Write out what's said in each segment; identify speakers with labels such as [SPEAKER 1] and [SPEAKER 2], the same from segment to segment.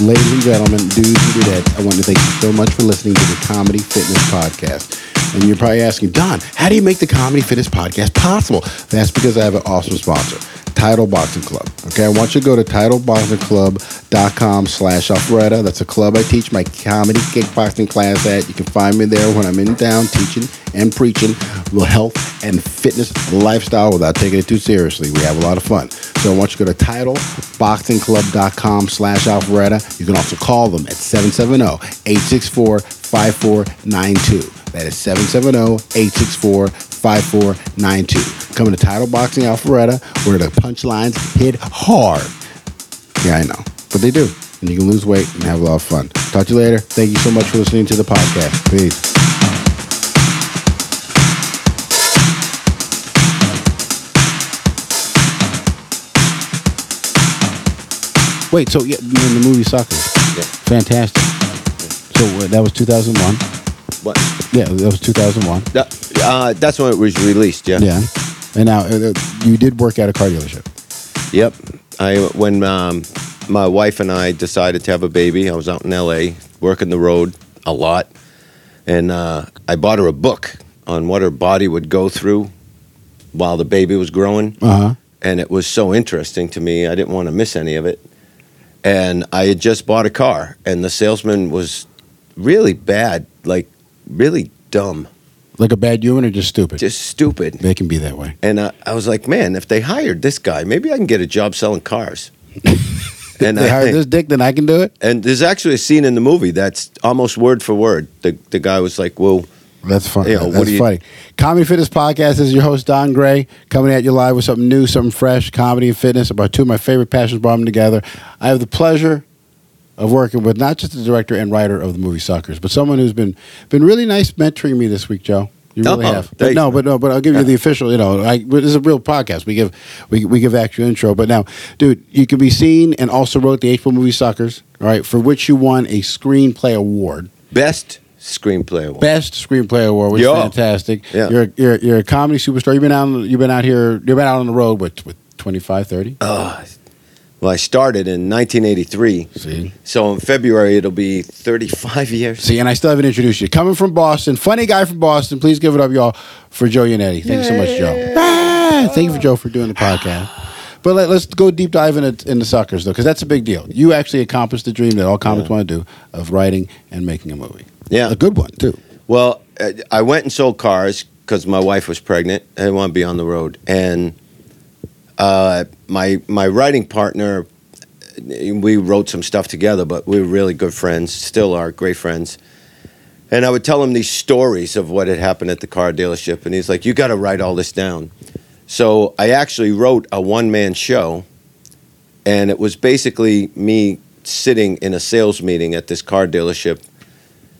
[SPEAKER 1] Ladies and gentlemen, dudes and dudettes, I want to thank you so much for listening to the Comedy Fitness Podcast. And you're probably asking, Don, how do you make the Comedy Fitness Podcast possible? That's because I have an awesome sponsor, Title Boxing Club. Okay, I want you to go to titleboxingclub.com slash Alpharetta. That's a club I teach my comedy kickboxing class at. You can find me there when I'm in town teaching and preaching the health and fitness lifestyle without taking it too seriously. We have a lot of fun. So I want you to go to titleboxingclub.com slash Alpharetta. You can also call them at oh, 770-864-5492. That is oh, 770-864-5492. Coming to Title Boxing Alpharetta, where the punchlines hit hard. Yeah, I know, but they do. And you can lose weight and have a lot of fun. Talk to you later. Thank you so much for listening to the podcast. Peace. Wait, so yeah, you in the movie Soccer?
[SPEAKER 2] Yeah.
[SPEAKER 1] Fantastic. So uh, that was 2001.
[SPEAKER 2] What?
[SPEAKER 1] Yeah, that was 2001.
[SPEAKER 2] That, uh, that's when it was released. Yeah.
[SPEAKER 1] Yeah. And now uh, you did work at a car dealership.
[SPEAKER 2] Yep. I when um, my wife and I decided to have a baby, I was out in L.A. working the road a lot, and uh, I bought her a book on what her body would go through while the baby was growing.
[SPEAKER 1] Uh huh.
[SPEAKER 2] and it was so interesting to me. I didn't want to miss any of it. And I had just bought a car, and the salesman was really bad, like really dumb,
[SPEAKER 1] Like a bad human or just stupid?
[SPEAKER 2] just stupid.
[SPEAKER 1] they can be that way.
[SPEAKER 2] And I, I was like, man, if they hired this guy, maybe I can get a job selling cars. and
[SPEAKER 1] they
[SPEAKER 2] I,
[SPEAKER 1] hire this dick, then I can do it.
[SPEAKER 2] and there's actually a scene in the movie that's almost word for word. The the guy was like, well,
[SPEAKER 1] That's funny.
[SPEAKER 2] Yeah, what
[SPEAKER 1] That's
[SPEAKER 2] do you-
[SPEAKER 1] funny. Comedy Fitness Podcast this is your host, Don Gray, coming at you live with something new, something fresh, comedy and fitness, about two of my favorite passions brought them together. I have the pleasure of working with not just the director and writer of the movie Suckers, but someone who's been been really nice mentoring me this week, Joe. You really
[SPEAKER 2] Oh,
[SPEAKER 1] have. But
[SPEAKER 2] thanks,
[SPEAKER 1] no,
[SPEAKER 2] man.
[SPEAKER 1] but no, but I'll give you
[SPEAKER 2] Yeah.
[SPEAKER 1] the official. You know, I, but this is a real podcast. We give we, we give actual intro. But now, dude, you can be seen and also wrote the April movie Suckers, all right, for which you won a screenplay award
[SPEAKER 2] best screenplay award.
[SPEAKER 1] best screenplay award, which
[SPEAKER 2] Yeah.
[SPEAKER 1] is fantastic.
[SPEAKER 2] Yeah.
[SPEAKER 1] You're, you're you're a comedy superstar. You've been out you've been out here you've been out on the road with with 25, 30.
[SPEAKER 2] Oh, well, I started in 1983.
[SPEAKER 1] See?
[SPEAKER 2] So in February it'll be 35 years.
[SPEAKER 1] See, and I still haven't introduced you. Coming from Boston, funny guy from Boston. Please give it up, y'all, for Joe Yannetti. Thank you so much, Joe. Ah, thank you for Joe for doing the podcast. But let, us go deep dive into, into suckers though, because that's a big deal. You actually accomplished the dream that all comics want to do of writing and making a movie.
[SPEAKER 2] Yeah.
[SPEAKER 1] a good one too.
[SPEAKER 2] Well, uh, I went and sold cars because my wife was pregnant. I didn't want to be on the road, and uh, my my writing partner, we wrote some stuff together, but we were really good friends. Still are great friends. And I would tell him these stories of what had happened at the car dealership, and he's like, "You got to write all this down." So I actually wrote a one man show, and it was basically me sitting in a sales meeting at this car dealership,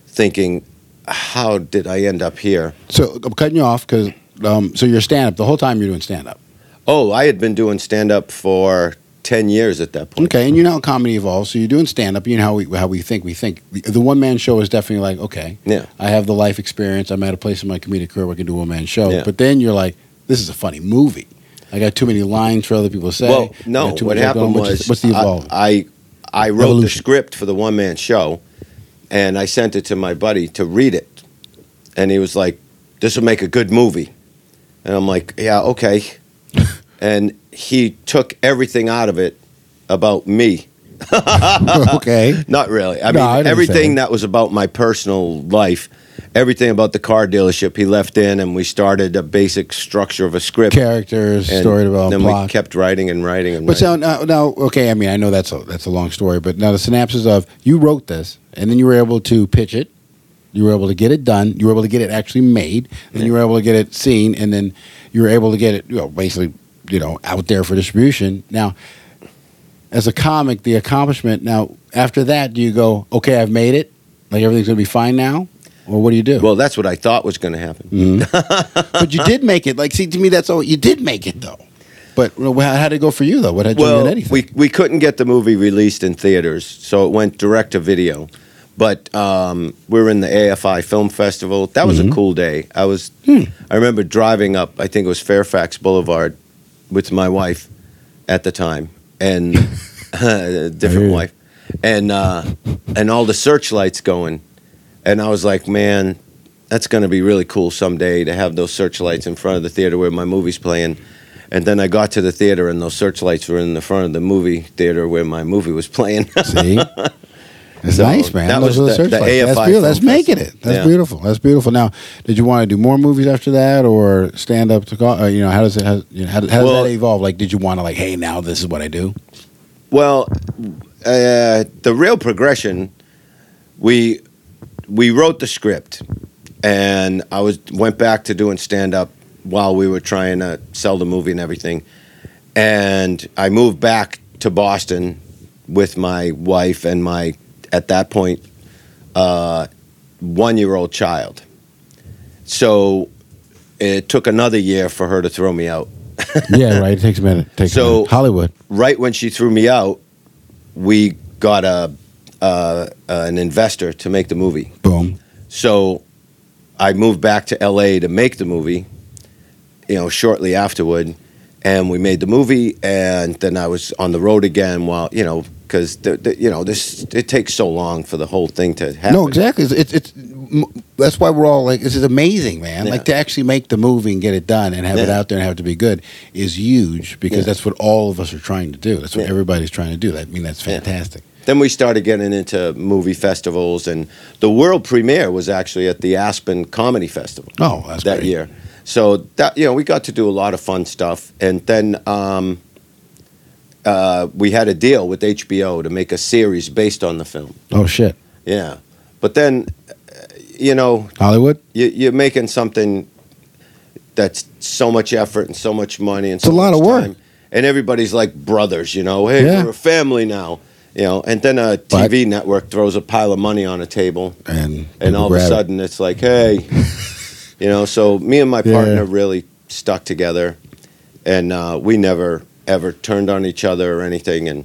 [SPEAKER 2] thinking, how did I end up here?
[SPEAKER 1] So I'm cutting you off because um, so you're stand up the whole time you're doing stand up.
[SPEAKER 2] Oh, I had been doing stand up for 10 years at that point.
[SPEAKER 1] Okay, and you know how comedy evolves. So you're doing stand up. You know how we how we think. We think the, the one man show is definitely like okay.
[SPEAKER 2] Yeah.
[SPEAKER 1] I have the life experience. I'm at a place in my comedic career where I can do a one man show.
[SPEAKER 2] Yeah.
[SPEAKER 1] But then you're like, this is a funny movie. I got too many lines for other people to say. I
[SPEAKER 2] Well,
[SPEAKER 1] got
[SPEAKER 2] no,
[SPEAKER 1] too much
[SPEAKER 2] what
[SPEAKER 1] going on.
[SPEAKER 2] happened
[SPEAKER 1] What's the-
[SPEAKER 2] was
[SPEAKER 1] what's the evolve?
[SPEAKER 2] I, I, I wrote the
[SPEAKER 1] Evolution.
[SPEAKER 2] script for the one man show and I sent it to my buddy to read it. And he was like, this will make a good movie. And I'm like, yeah, okay. and he took everything out of it about me.
[SPEAKER 1] okay,
[SPEAKER 2] Not really. I
[SPEAKER 1] No, I
[SPEAKER 2] mean,
[SPEAKER 1] understand.
[SPEAKER 2] everything that was about my personal life, everything about the car dealership, he left in, and we started a basic structure of a script.
[SPEAKER 1] characters,
[SPEAKER 2] and
[SPEAKER 1] story development,
[SPEAKER 2] Then
[SPEAKER 1] plot.
[SPEAKER 2] we kept writing and writing and
[SPEAKER 1] but
[SPEAKER 2] writing.
[SPEAKER 1] so now, now, okay. I mean, I know that's a that's a long story. But now the synapses of you wrote this, and then you were able to pitch it. You were able to get it done. You were able to get it actually made. Then you were able to get it seen, and then you were able to get it, you know, basically, you know, out there for distribution. Now, as a comic, the accomplishment. Now, after that, do you go, okay, I've made it, like everything's gonna be fine now, or what do you do? Mm-hmm.
[SPEAKER 2] well, that's what I thought was going to happen.
[SPEAKER 1] but you did make it. Like, see, to me, that's all. You did make it though. But well, how how did it go for you though? What had you
[SPEAKER 2] Well,
[SPEAKER 1] done anything?
[SPEAKER 2] we we couldn't get the movie released in theaters, so it went direct to video. But um, we were in the AFI Film Festival. That was
[SPEAKER 1] Mm-hmm.
[SPEAKER 2] a cool day. I was,
[SPEAKER 1] Hmm.
[SPEAKER 2] I remember driving up. I think it was Fairfax Boulevard with my wife at the time and a
[SPEAKER 1] hear
[SPEAKER 2] different
[SPEAKER 1] you.
[SPEAKER 2] wife, and uh, and all the searchlights going, and I was like, man, that's going to be really cool someday to have those searchlights in front of the theater where my movie's playing. And then I got to the theater, and those searchlights were in the front of the movie theater where my movie was playing.
[SPEAKER 1] See? That's
[SPEAKER 2] So,
[SPEAKER 1] nice, man.
[SPEAKER 2] that
[SPEAKER 1] Those
[SPEAKER 2] was
[SPEAKER 1] little
[SPEAKER 2] the-
[SPEAKER 1] search
[SPEAKER 2] the
[SPEAKER 1] lights. That's
[SPEAKER 2] AFI
[SPEAKER 1] beautiful. That's
[SPEAKER 2] film
[SPEAKER 1] making it.
[SPEAKER 2] festival.
[SPEAKER 1] That's
[SPEAKER 2] Yeah.
[SPEAKER 1] beautiful. That's beautiful. Now, did you want to do more movies after that, or stand up to call? Uh, you know, how does it? How, you know, how, how does
[SPEAKER 2] Well-
[SPEAKER 1] that evolve? Like, did you want to like, hey, now this is what I do?
[SPEAKER 2] Well, uh, the real progression, we we wrote the script, and I was went back to doing stand up while we were trying to sell the movie and everything, and I moved back to Boston with my wife and my at that point uh, one year old child. So it took another year for her to throw me out.
[SPEAKER 1] yeah, right. It takes a minute. Takes a
[SPEAKER 2] So-
[SPEAKER 1] minute. Hollywood.
[SPEAKER 2] right when she threw me out, we got a uh, an investor to make the movie.
[SPEAKER 1] Boom.
[SPEAKER 2] So I moved back to LA to make the movie. You know, shortly afterward, and we made the movie, and then I was on the road again while you know because the, the, you know this it takes so long for the whole thing to happen.
[SPEAKER 1] No, exactly. It's, it's, it's m- that's why we're all like, this is amazing, man.
[SPEAKER 2] Yeah.
[SPEAKER 1] Like to actually make the movie and get it done and have it
[SPEAKER 2] Yeah.
[SPEAKER 1] out there and have it to be good is huge because
[SPEAKER 2] Yeah.
[SPEAKER 1] that's what all of us are trying to do. That's what
[SPEAKER 2] Yeah.
[SPEAKER 1] everybody's trying to do. That- I mean, that's
[SPEAKER 2] Yeah.
[SPEAKER 1] fantastic.
[SPEAKER 2] Then we started getting into movie festivals, and the world premiere was actually at the Aspen Comedy Festival.
[SPEAKER 1] Oh, that's
[SPEAKER 2] that
[SPEAKER 1] great.
[SPEAKER 2] year. So that you know, we got to do a lot of fun stuff, and then um, uh, we had a deal with HBO to make a series based on the film.
[SPEAKER 1] Oh shit,
[SPEAKER 2] Yeah, but then uh, you know,
[SPEAKER 1] Hollywood.
[SPEAKER 2] you, you're making something that's so much effort and so much money and
[SPEAKER 1] It's a
[SPEAKER 2] so
[SPEAKER 1] lot
[SPEAKER 2] much
[SPEAKER 1] of work.
[SPEAKER 2] time, and everybody's like brothers, you know. Hey,
[SPEAKER 1] Yeah.
[SPEAKER 2] we're a family now, you know. And then a
[SPEAKER 1] But-
[SPEAKER 2] TV network throws a pile of money on a table,
[SPEAKER 1] and
[SPEAKER 2] and
[SPEAKER 1] people
[SPEAKER 2] all of a
[SPEAKER 1] grab it.
[SPEAKER 2] sudden it's like hey you know so me and my
[SPEAKER 1] Yeah.
[SPEAKER 2] partner really stuck together and uh, we never ever turned on each other or anything and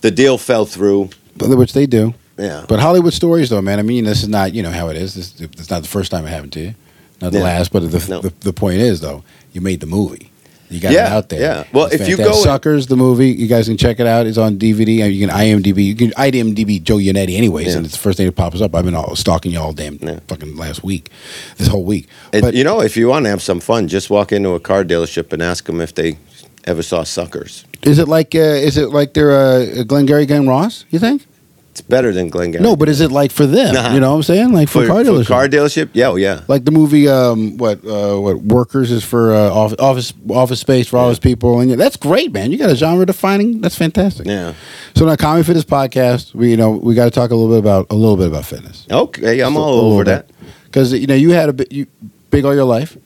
[SPEAKER 2] the deal fell through
[SPEAKER 1] But- which they do.
[SPEAKER 2] yeah
[SPEAKER 1] But Hollywood stories, though, man. I mean, this is not you know how it is. This it's not the first time it happened to you, not the
[SPEAKER 2] Yeah.
[SPEAKER 1] last. But the,
[SPEAKER 2] No.
[SPEAKER 1] the the point is though, you made the movie. You got it
[SPEAKER 2] Yeah,
[SPEAKER 1] out there.
[SPEAKER 2] yeah. Well,
[SPEAKER 1] It's
[SPEAKER 2] if you
[SPEAKER 1] fantastic.
[SPEAKER 2] go-
[SPEAKER 1] suckers, the movie you guys can check it out. It's on DVD. and You can IMDb. You can IMDb Joe Yannetti, anyways,
[SPEAKER 2] Yeah.
[SPEAKER 1] and it's the first thing that pops up. I've been all, stalking you all damn
[SPEAKER 2] Yeah.
[SPEAKER 1] fucking last week, this whole week.
[SPEAKER 2] And, you know if you want to have some fun just walk into a car dealership and ask them if they ever saw suckers
[SPEAKER 1] is it like uh, is it like they're uh, Glengarry Glen Ross? You think?
[SPEAKER 2] it's better than glengarry
[SPEAKER 1] No, but is it like for them?
[SPEAKER 2] Nah.
[SPEAKER 1] You know what I'm saying? Like for,
[SPEAKER 2] for,
[SPEAKER 1] car
[SPEAKER 2] for
[SPEAKER 1] dealers.
[SPEAKER 2] car dealership yeah oh yeah
[SPEAKER 1] like the movie um what uh what workers is for uh, office office office space for office people and yeah, that's great man you got a genre defining that's fantastic
[SPEAKER 2] yeah
[SPEAKER 1] so now comedy fitness podcast we you know we got to talk a little bit about a little bit about fitness
[SPEAKER 2] okay i'm all over that
[SPEAKER 1] because you know you had a bit you big all your life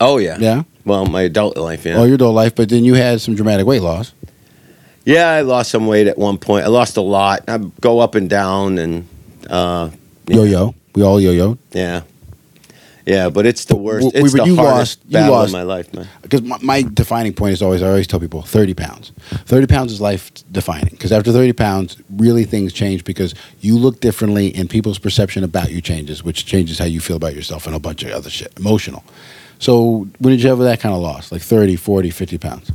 [SPEAKER 2] oh yeah
[SPEAKER 1] yeah
[SPEAKER 2] well my adult life yeah
[SPEAKER 1] all your adult life but then you had some dramatic weight loss
[SPEAKER 2] Yeah, I lost some weight at one point. I lost a lot. I go up and down, and uh, yeah,
[SPEAKER 1] yo yo we all yo yo
[SPEAKER 2] yeah, yeah. But it's the worst.
[SPEAKER 1] W-
[SPEAKER 2] it's
[SPEAKER 1] but
[SPEAKER 2] the
[SPEAKER 1] you
[SPEAKER 2] hardest
[SPEAKER 1] lost- you
[SPEAKER 2] battle
[SPEAKER 1] lost-
[SPEAKER 2] of my life, man.
[SPEAKER 1] because my, my defining point is always I always tell people thirty pounds. Thirty pounds is life defining because after thirty pounds, really things change because you look differently and people's perception about you changes, which changes how you feel about yourself and a bunch of other shit, emotional. So when did you have that kind of loss, like 30, 40, 50 pounds?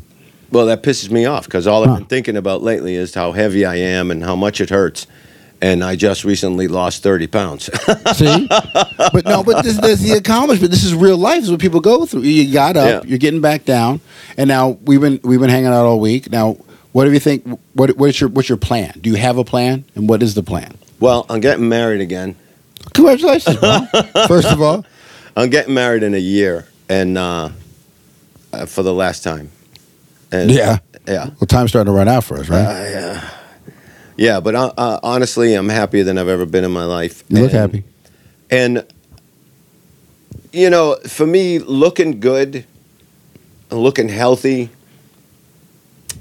[SPEAKER 2] Well, that pisses me off because all
[SPEAKER 1] Huh.
[SPEAKER 2] I've been thinking about lately is how heavy I am and how much it hurts. And I just recently lost thirty pounds.
[SPEAKER 1] See, but no, but this, this is the accomplishment. This is real life. This is what people go through. You got up,
[SPEAKER 2] Yeah.
[SPEAKER 1] you're getting back down, and now we've been we've been hanging out all week. Now, what do you think? What what's your what's your plan? Do you have a plan, and what is the plan?
[SPEAKER 2] well, I'm getting married again.
[SPEAKER 1] Congratulations, bro. First of all,
[SPEAKER 2] I'm getting married in a year, and uh, uh, for the last time. And,
[SPEAKER 1] Yeah.
[SPEAKER 2] yeah.
[SPEAKER 1] well, time's starting to run out for us, right?
[SPEAKER 2] yeah. Yeah, but uh, uh, honestly, I'm happier than I've ever been in my life.
[SPEAKER 1] you look
[SPEAKER 2] And-
[SPEAKER 1] happy.
[SPEAKER 2] And you know, for me, looking good, and looking healthy,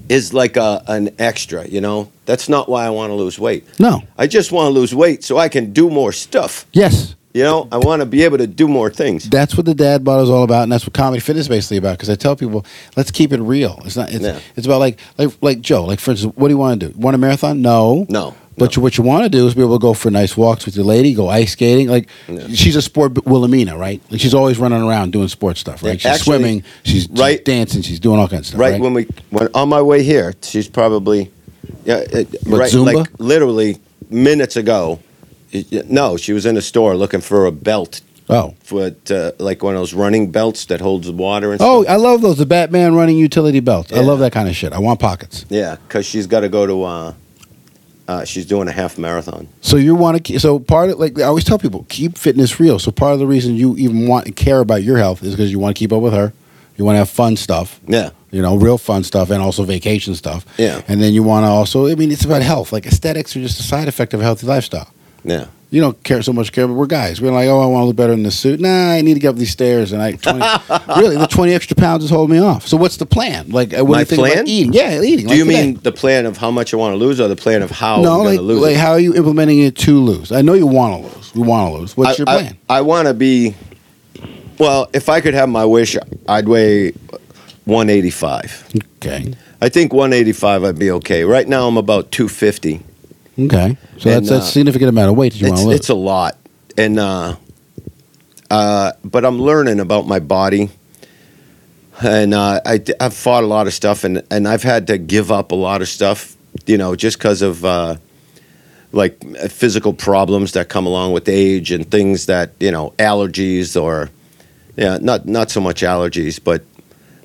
[SPEAKER 2] is like a an extra. You know, that's not why I want to lose weight.
[SPEAKER 1] No.
[SPEAKER 2] I just want to lose weight so I can do more stuff.
[SPEAKER 1] Yes,
[SPEAKER 2] You know, I want to be able to do more things.
[SPEAKER 1] that's what the dad bod is all about, and that's what comedy fitness is basically about. Because I tell people, let's keep it real. It's not. It's,
[SPEAKER 2] Yeah.
[SPEAKER 1] it's about like like like Joe. Like for instance, what do you want to do? Want a marathon? No.
[SPEAKER 2] No,
[SPEAKER 1] But you, what you want to do is be able to go for nice walks with your lady, go ice skating. Like
[SPEAKER 2] Yeah.
[SPEAKER 1] she's a sport b- Wilhelmina, right? Like she's always running around doing sports stuff, right?
[SPEAKER 2] Yeah,
[SPEAKER 1] She's
[SPEAKER 2] actually,
[SPEAKER 1] swimming, she's, she's
[SPEAKER 2] right-
[SPEAKER 1] dancing, she's doing all kinds of stuff.
[SPEAKER 2] right when we when on my way here, she's probably Yeah, it,
[SPEAKER 1] What,
[SPEAKER 2] right.
[SPEAKER 1] Zumba?
[SPEAKER 2] Like literally minutes ago. it- no, she was in a store looking for a belt
[SPEAKER 1] Oh.
[SPEAKER 2] for uh, like one of those running belts that holds the water and
[SPEAKER 1] Oh,
[SPEAKER 2] stuff.
[SPEAKER 1] I love those. The Batman running utility belts. I
[SPEAKER 2] Yeah.
[SPEAKER 1] love that kind of shit. I want pockets.
[SPEAKER 2] yeah, because she's got to go to. Uh, uh, she's doing a half marathon.
[SPEAKER 1] So you want to. So part of like I always tell people, keep fitness real. So part of the reason you even want and care about your health is because you want to keep up with her. You want to have fun stuff.
[SPEAKER 2] Yeah,
[SPEAKER 1] you know, real fun stuff and also vacation stuff.
[SPEAKER 2] Yeah.
[SPEAKER 1] And then you want to also, I mean, it's about health. Like aesthetics are just a side effect of a healthy lifestyle.
[SPEAKER 2] yeah.
[SPEAKER 1] You don't care so much care, but we're guys. We're like, oh, I want to look better in this suit. Nah, I need to get up these stairs, and I 20, really the twenty extra pounds is holding me off. So what's the plan? Like, uh, what
[SPEAKER 2] My
[SPEAKER 1] do you think
[SPEAKER 2] plan?
[SPEAKER 1] about eating? Yeah, eating.
[SPEAKER 2] Do
[SPEAKER 1] like
[SPEAKER 2] you
[SPEAKER 1] today.
[SPEAKER 2] mean the plan of how much I want to lose, or the plan of
[SPEAKER 1] no?
[SPEAKER 2] how I'm going
[SPEAKER 1] Like,
[SPEAKER 2] to Oh, lose?
[SPEAKER 1] like
[SPEAKER 2] it?
[SPEAKER 1] how are you implementing it to lose? I know you want to lose. We want to lose. What's
[SPEAKER 2] I,
[SPEAKER 1] your plan?
[SPEAKER 2] I, want to be. Well, if I could have my wish, I'd weigh 185.
[SPEAKER 1] okay.
[SPEAKER 2] I think 185, I'd be okay. Right now, I'm about 250.
[SPEAKER 1] Okay. So
[SPEAKER 2] And,
[SPEAKER 1] that's that's
[SPEAKER 2] uh,
[SPEAKER 1] significant amount of weight that you want
[SPEAKER 2] It's,
[SPEAKER 1] to lose.
[SPEAKER 2] it's a lot, and uh, uh, but I'm learning about my body, and uh, I, have fought a lot of stuff, and and I've had to give up a lot of stuff, you know, just because of uh, like uh, physical problems that come along with age and things that you know allergies or yeah, not not so much allergies, but